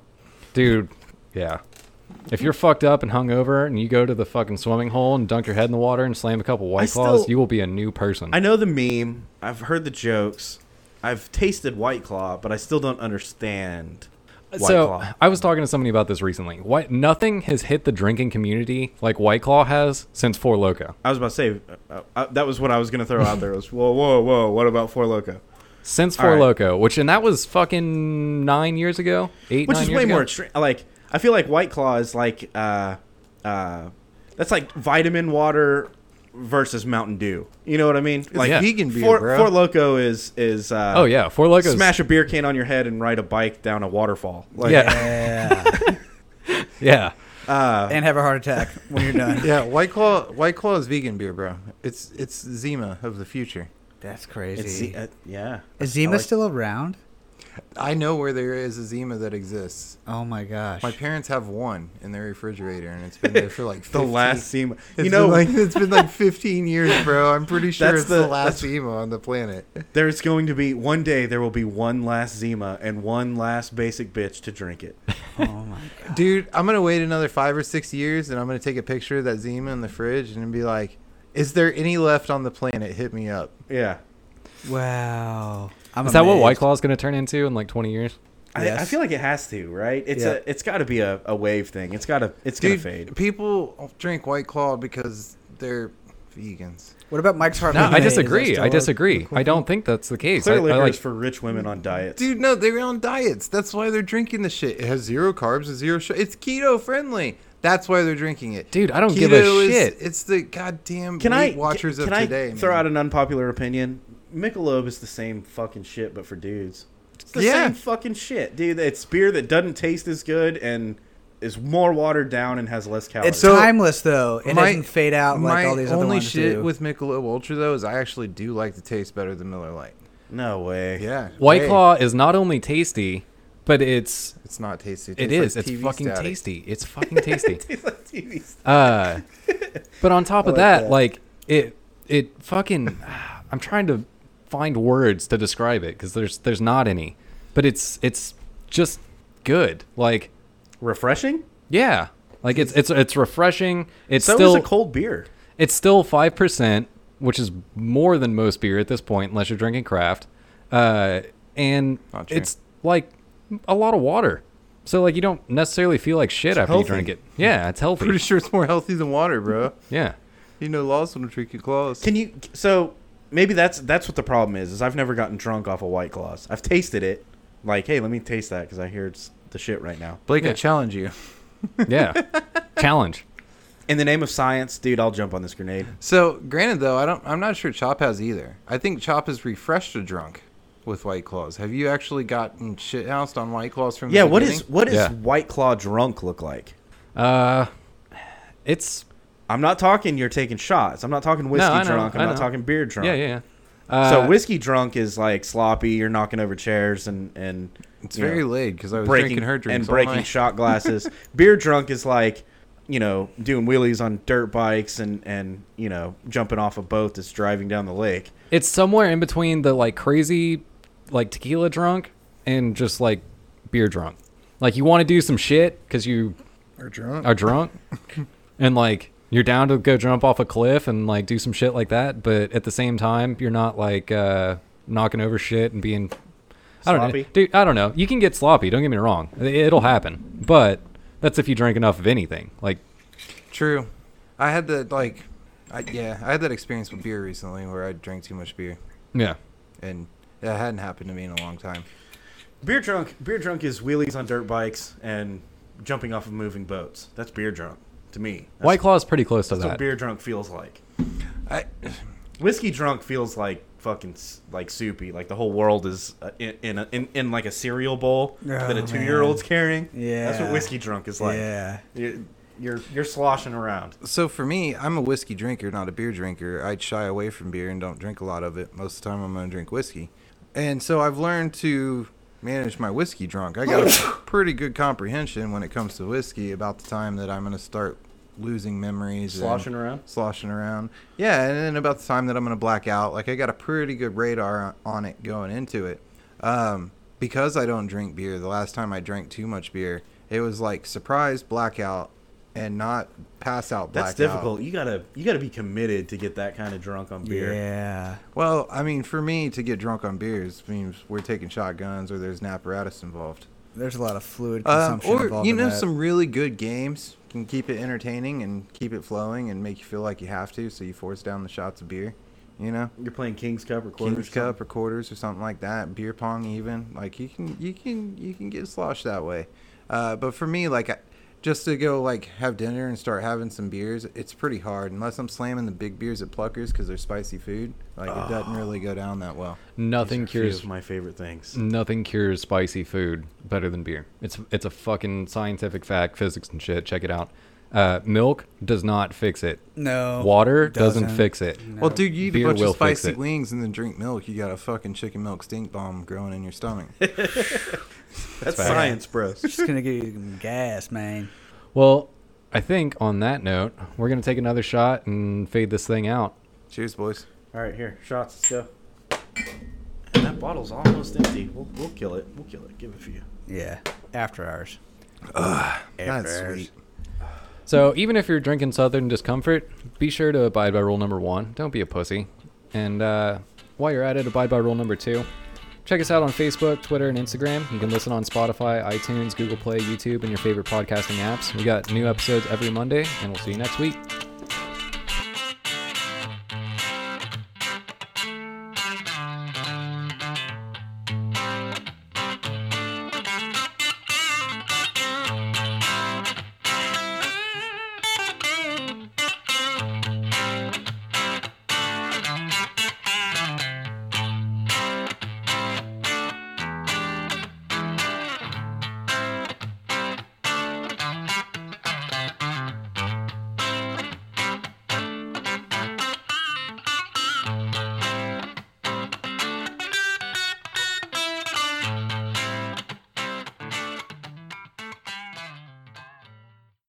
dude. Yeah, if you're fucked up and hungover and you go to the fucking swimming hole and dunk your head in the water and slam a couple white claws,
still-
you will be a new person.
I know the meme. I've heard the jokes. I've tasted White Claw, but I still don't understand White
so
Claw.
I was talking to somebody about this recently. What nothing has hit the drinking community like White Claw has since Four Loco.
I was about to say uh, uh, that was what I was going to throw out there. Was whoa, whoa, whoa! What about Four Loco?
Since
All
Four
right.
Loco, which and that was fucking nine years ago, eight,
Which
nine
is
years
way
ago.
more extreme. Like I feel like White Claw is like uh, uh, that's like vitamin water versus Mountain Dew. You know what I mean? Like
Yeah.
vegan beer,
Four,
bro.
Four Loco is is uh,
Oh yeah, Four Locos.
smash a beer can on your head and ride a bike down a waterfall. Like,
yeah,
Yeah.
yeah.
uh,
and have a heart attack when you're done.
Yeah, White Claw. White Claw is vegan beer, bro. It's it's Zima of the future.
That's
it's,
crazy.
uh, yeah.
Is Zima
I like-
still around?
I know where there is a Zima that exists.
Oh my gosh.
My parents have one in their refrigerator, and it's been there for like 15,
the last scene.
It's
You know,
been like it's been like 15 years, bro. I'm pretty sure
That's
it's the,
the-
last
that's-
Zima on the planet.
there's going to be one day there will be one last Zima and one last basic bitch to drink it.
oh my.
Dude, I'm gonna wait another five or six years, and I'm gonna take a picture of that Zima in the fridge, and be like, "Is there any left on the planet? Hit me up."
Yeah.
Wow. I'm
Is that what
amazed.
White Claw is going to turn into in like 20 years?
I, I
Yes.
feel like it has to, right? It's
Yeah.
a, it's got to be a, a wave thing. It's got to, it's gonna
Dude,
fade.
people drink White Claw because they're vegans.
What about Mike's heart?
No, I
lemonade? Is that
disagree.
still
I
a-
disagree.
cool
I
thing?
don't think that's the case. I,
Clear liquor
I like
is for rich women on diets.
Dude, no, they're on diets. That's why they're drinking the shit. It has zero carbs and zero sugar. It's keto friendly. That's why they're drinking it.
Dude, I don't
Keto
give a
is-
shit.
It's the goddamn
can I
Weight Watchers
can
of
I
today.
throw
man.
out an unpopular opinion? Michelob is the same fucking shit, but for dudes. It's the
Yeah.
same fucking shit, dude. It's beer that doesn't taste as good and is more watered down and has less calories.
It's
So-
timeless though. It
My-
doesn't fade out like
My
all these other
only
ones
shit
do.
with Michelob Ultra though is I actually do like the taste better than Miller Lite.
no way.
Yeah,
White
way.
Claw is not only tasty, but it's
It's not tasty. It,
it
tastes
is.
like
it's
TV
fucking
static.
tasty. It's fucking tasty.
It's like TV
Uh, but on top of
like
that,
that.
like it, it fucking. I'm trying to find words to describe it because there's there's not any. But it's it's just good. Like
refreshing.
yeah, like it's it's it's refreshing. It's
So
still
is a cold beer.
it's still five percent, which is more than most beer at this point, unless you're drinking craft. Uh, and
Not true.
it's like a lot of water. So like you don't necessarily feel like shit after
healthy.
you drink it. Yeah, it's healthy.
Pretty sure it's more healthy than water, bro.
Yeah.
you know, laws when drink your claws.
Can you? So maybe that's that's what the problem is. Is I've never gotten drunk off of White Claws. I've tasted it. Like, hey, let me taste that because I hear it's the shit right now.
Blake,
Yeah.
I challenge you.
Yeah. Challenge.
In the name of science, dude, I'll jump on this grenade.
So, granted though, I don't. I'm not sure Chop has either. I think Chop is refreshed or drunk with White Claws. Have you actually gotten shithoused on White Claws from? The
Yeah, what
beginning?
is what is
Yeah.
White Claw drunk look like?
Uh, it's
I'm not talking you're taking shots. I'm not talking whiskey
I know,
drunk. I'm
I
not
know.
talking beer drunk.
yeah, yeah. yeah. Uh,
so whiskey drunk is like sloppy. You're knocking over chairs and and
It's
you know,
very late because I was
breaking
drinking her drinks
and breaking shot glasses. beer drunk is like you know doing wheelies on dirt bikes and and you know jumping off a boat that's driving down the lake.
it's somewhere in between the like crazy, like tequila drunk and just like beer drunk. Like you want to do some shit because you
or drunk.
are drunk and like you're down to go jump off a cliff and like do some shit like that but at the same time you're not like uh knocking over shit and being i don't know
Sloppy?
dude i don't know you can get sloppy don't get me wrong It- it'll happen but that's if you drink enough of anything like
True. I had that like, I, yeah, I had that experience with beer recently where I drank too much beer,
yeah
and that hadn't happened to me in a long time.
Beer drunk, beer drunk is wheelies on dirt bikes and jumping off of moving boats. That's beer drunk to me. That's,
White Claw is pretty close to
that's what
that.
beer drunk feels like.
I,
Whiskey drunk feels like fucking s- like soupy. Like the whole world is uh, in in, a, in in like a cereal bowl that a
Oh,
two year old's carrying. that's what
Yeah.
whiskey drunk is like.
yeah.
You're, you're you're sloshing around.
so for me, I'm a whiskey drinker, not a beer drinker. I shy away from beer and don't drink a lot of it. Most of the time, I'm gonna drink whiskey, and so I've learned to manage my whiskey drunk. I got a pretty good comprehension when it comes to whiskey about the time that I'm gonna start losing memories, and
Sloshing around.
sloshing around. Yeah, and then about the time that I'm gonna black out, like I got a pretty good radar on it going into it. Um, because I don't drink beer, the last time I drank too much beer, it was like surprise blackout and not pass out blackout.
That's difficult. You gotta you gotta be committed to get that kind of drunk on beer.
Yeah.
Well, I mean, for me to get drunk on beers means we're taking shotguns or there's an apparatus involved.
There's a lot of fluid
Um,
consumption
or
involved
you
in
know,
that.
some really good games can keep it entertaining and keep it flowing and make you feel like you have to, so you force down the shots of beer. You know.
You're playing King's Cup or Quarters.
King's
or something.
Cup or quarters or something like that. Beer pong, even like you can you can you can get sloshed that way. Uh, but for me, like I, just to go like have dinner and start having some beers, it's pretty hard unless I'm slamming the big beers at Pluckers because they're spicy food. Like it
Ah.
doesn't really go down that well.
Nothing
Few
cures Mm.
of my favorite things.
nothing cures spicy food better than beer. It's it's a fucking scientific fact, physics and shit. Check it out. Uh, milk does not fix it.
no
Water doesn't,
doesn't.
fix it.
Oh, Well, dude, you eat
Beer
a bunch
will
of
fix
spicy
it.
wings and then drink milk, you got a fucking chicken milk stink bomb growing in your stomach.
That's
bad.
science, bro.
It's just gonna give you some gas, man.
Well, I think on that note, we're gonna take another shot and fade this thing out.
Cheers, boys.
All right, here, shots. Let's go. And that bottle's almost empty. We'll, we'll kill it. We'll kill it. Give it a few.
Yeah. After hours. After
That's
hours.
sweet.
So even if you're drinking Southern Discomfort, be sure to abide by rule number one. Don't be a pussy. And uh, while you're at it, abide by rule number two. Check us out on Facebook, Twitter, and Instagram. You can listen on Spotify, iTunes, Google Play, YouTube, and your favorite podcasting apps. We got new episodes every Monday, and we'll see you next week.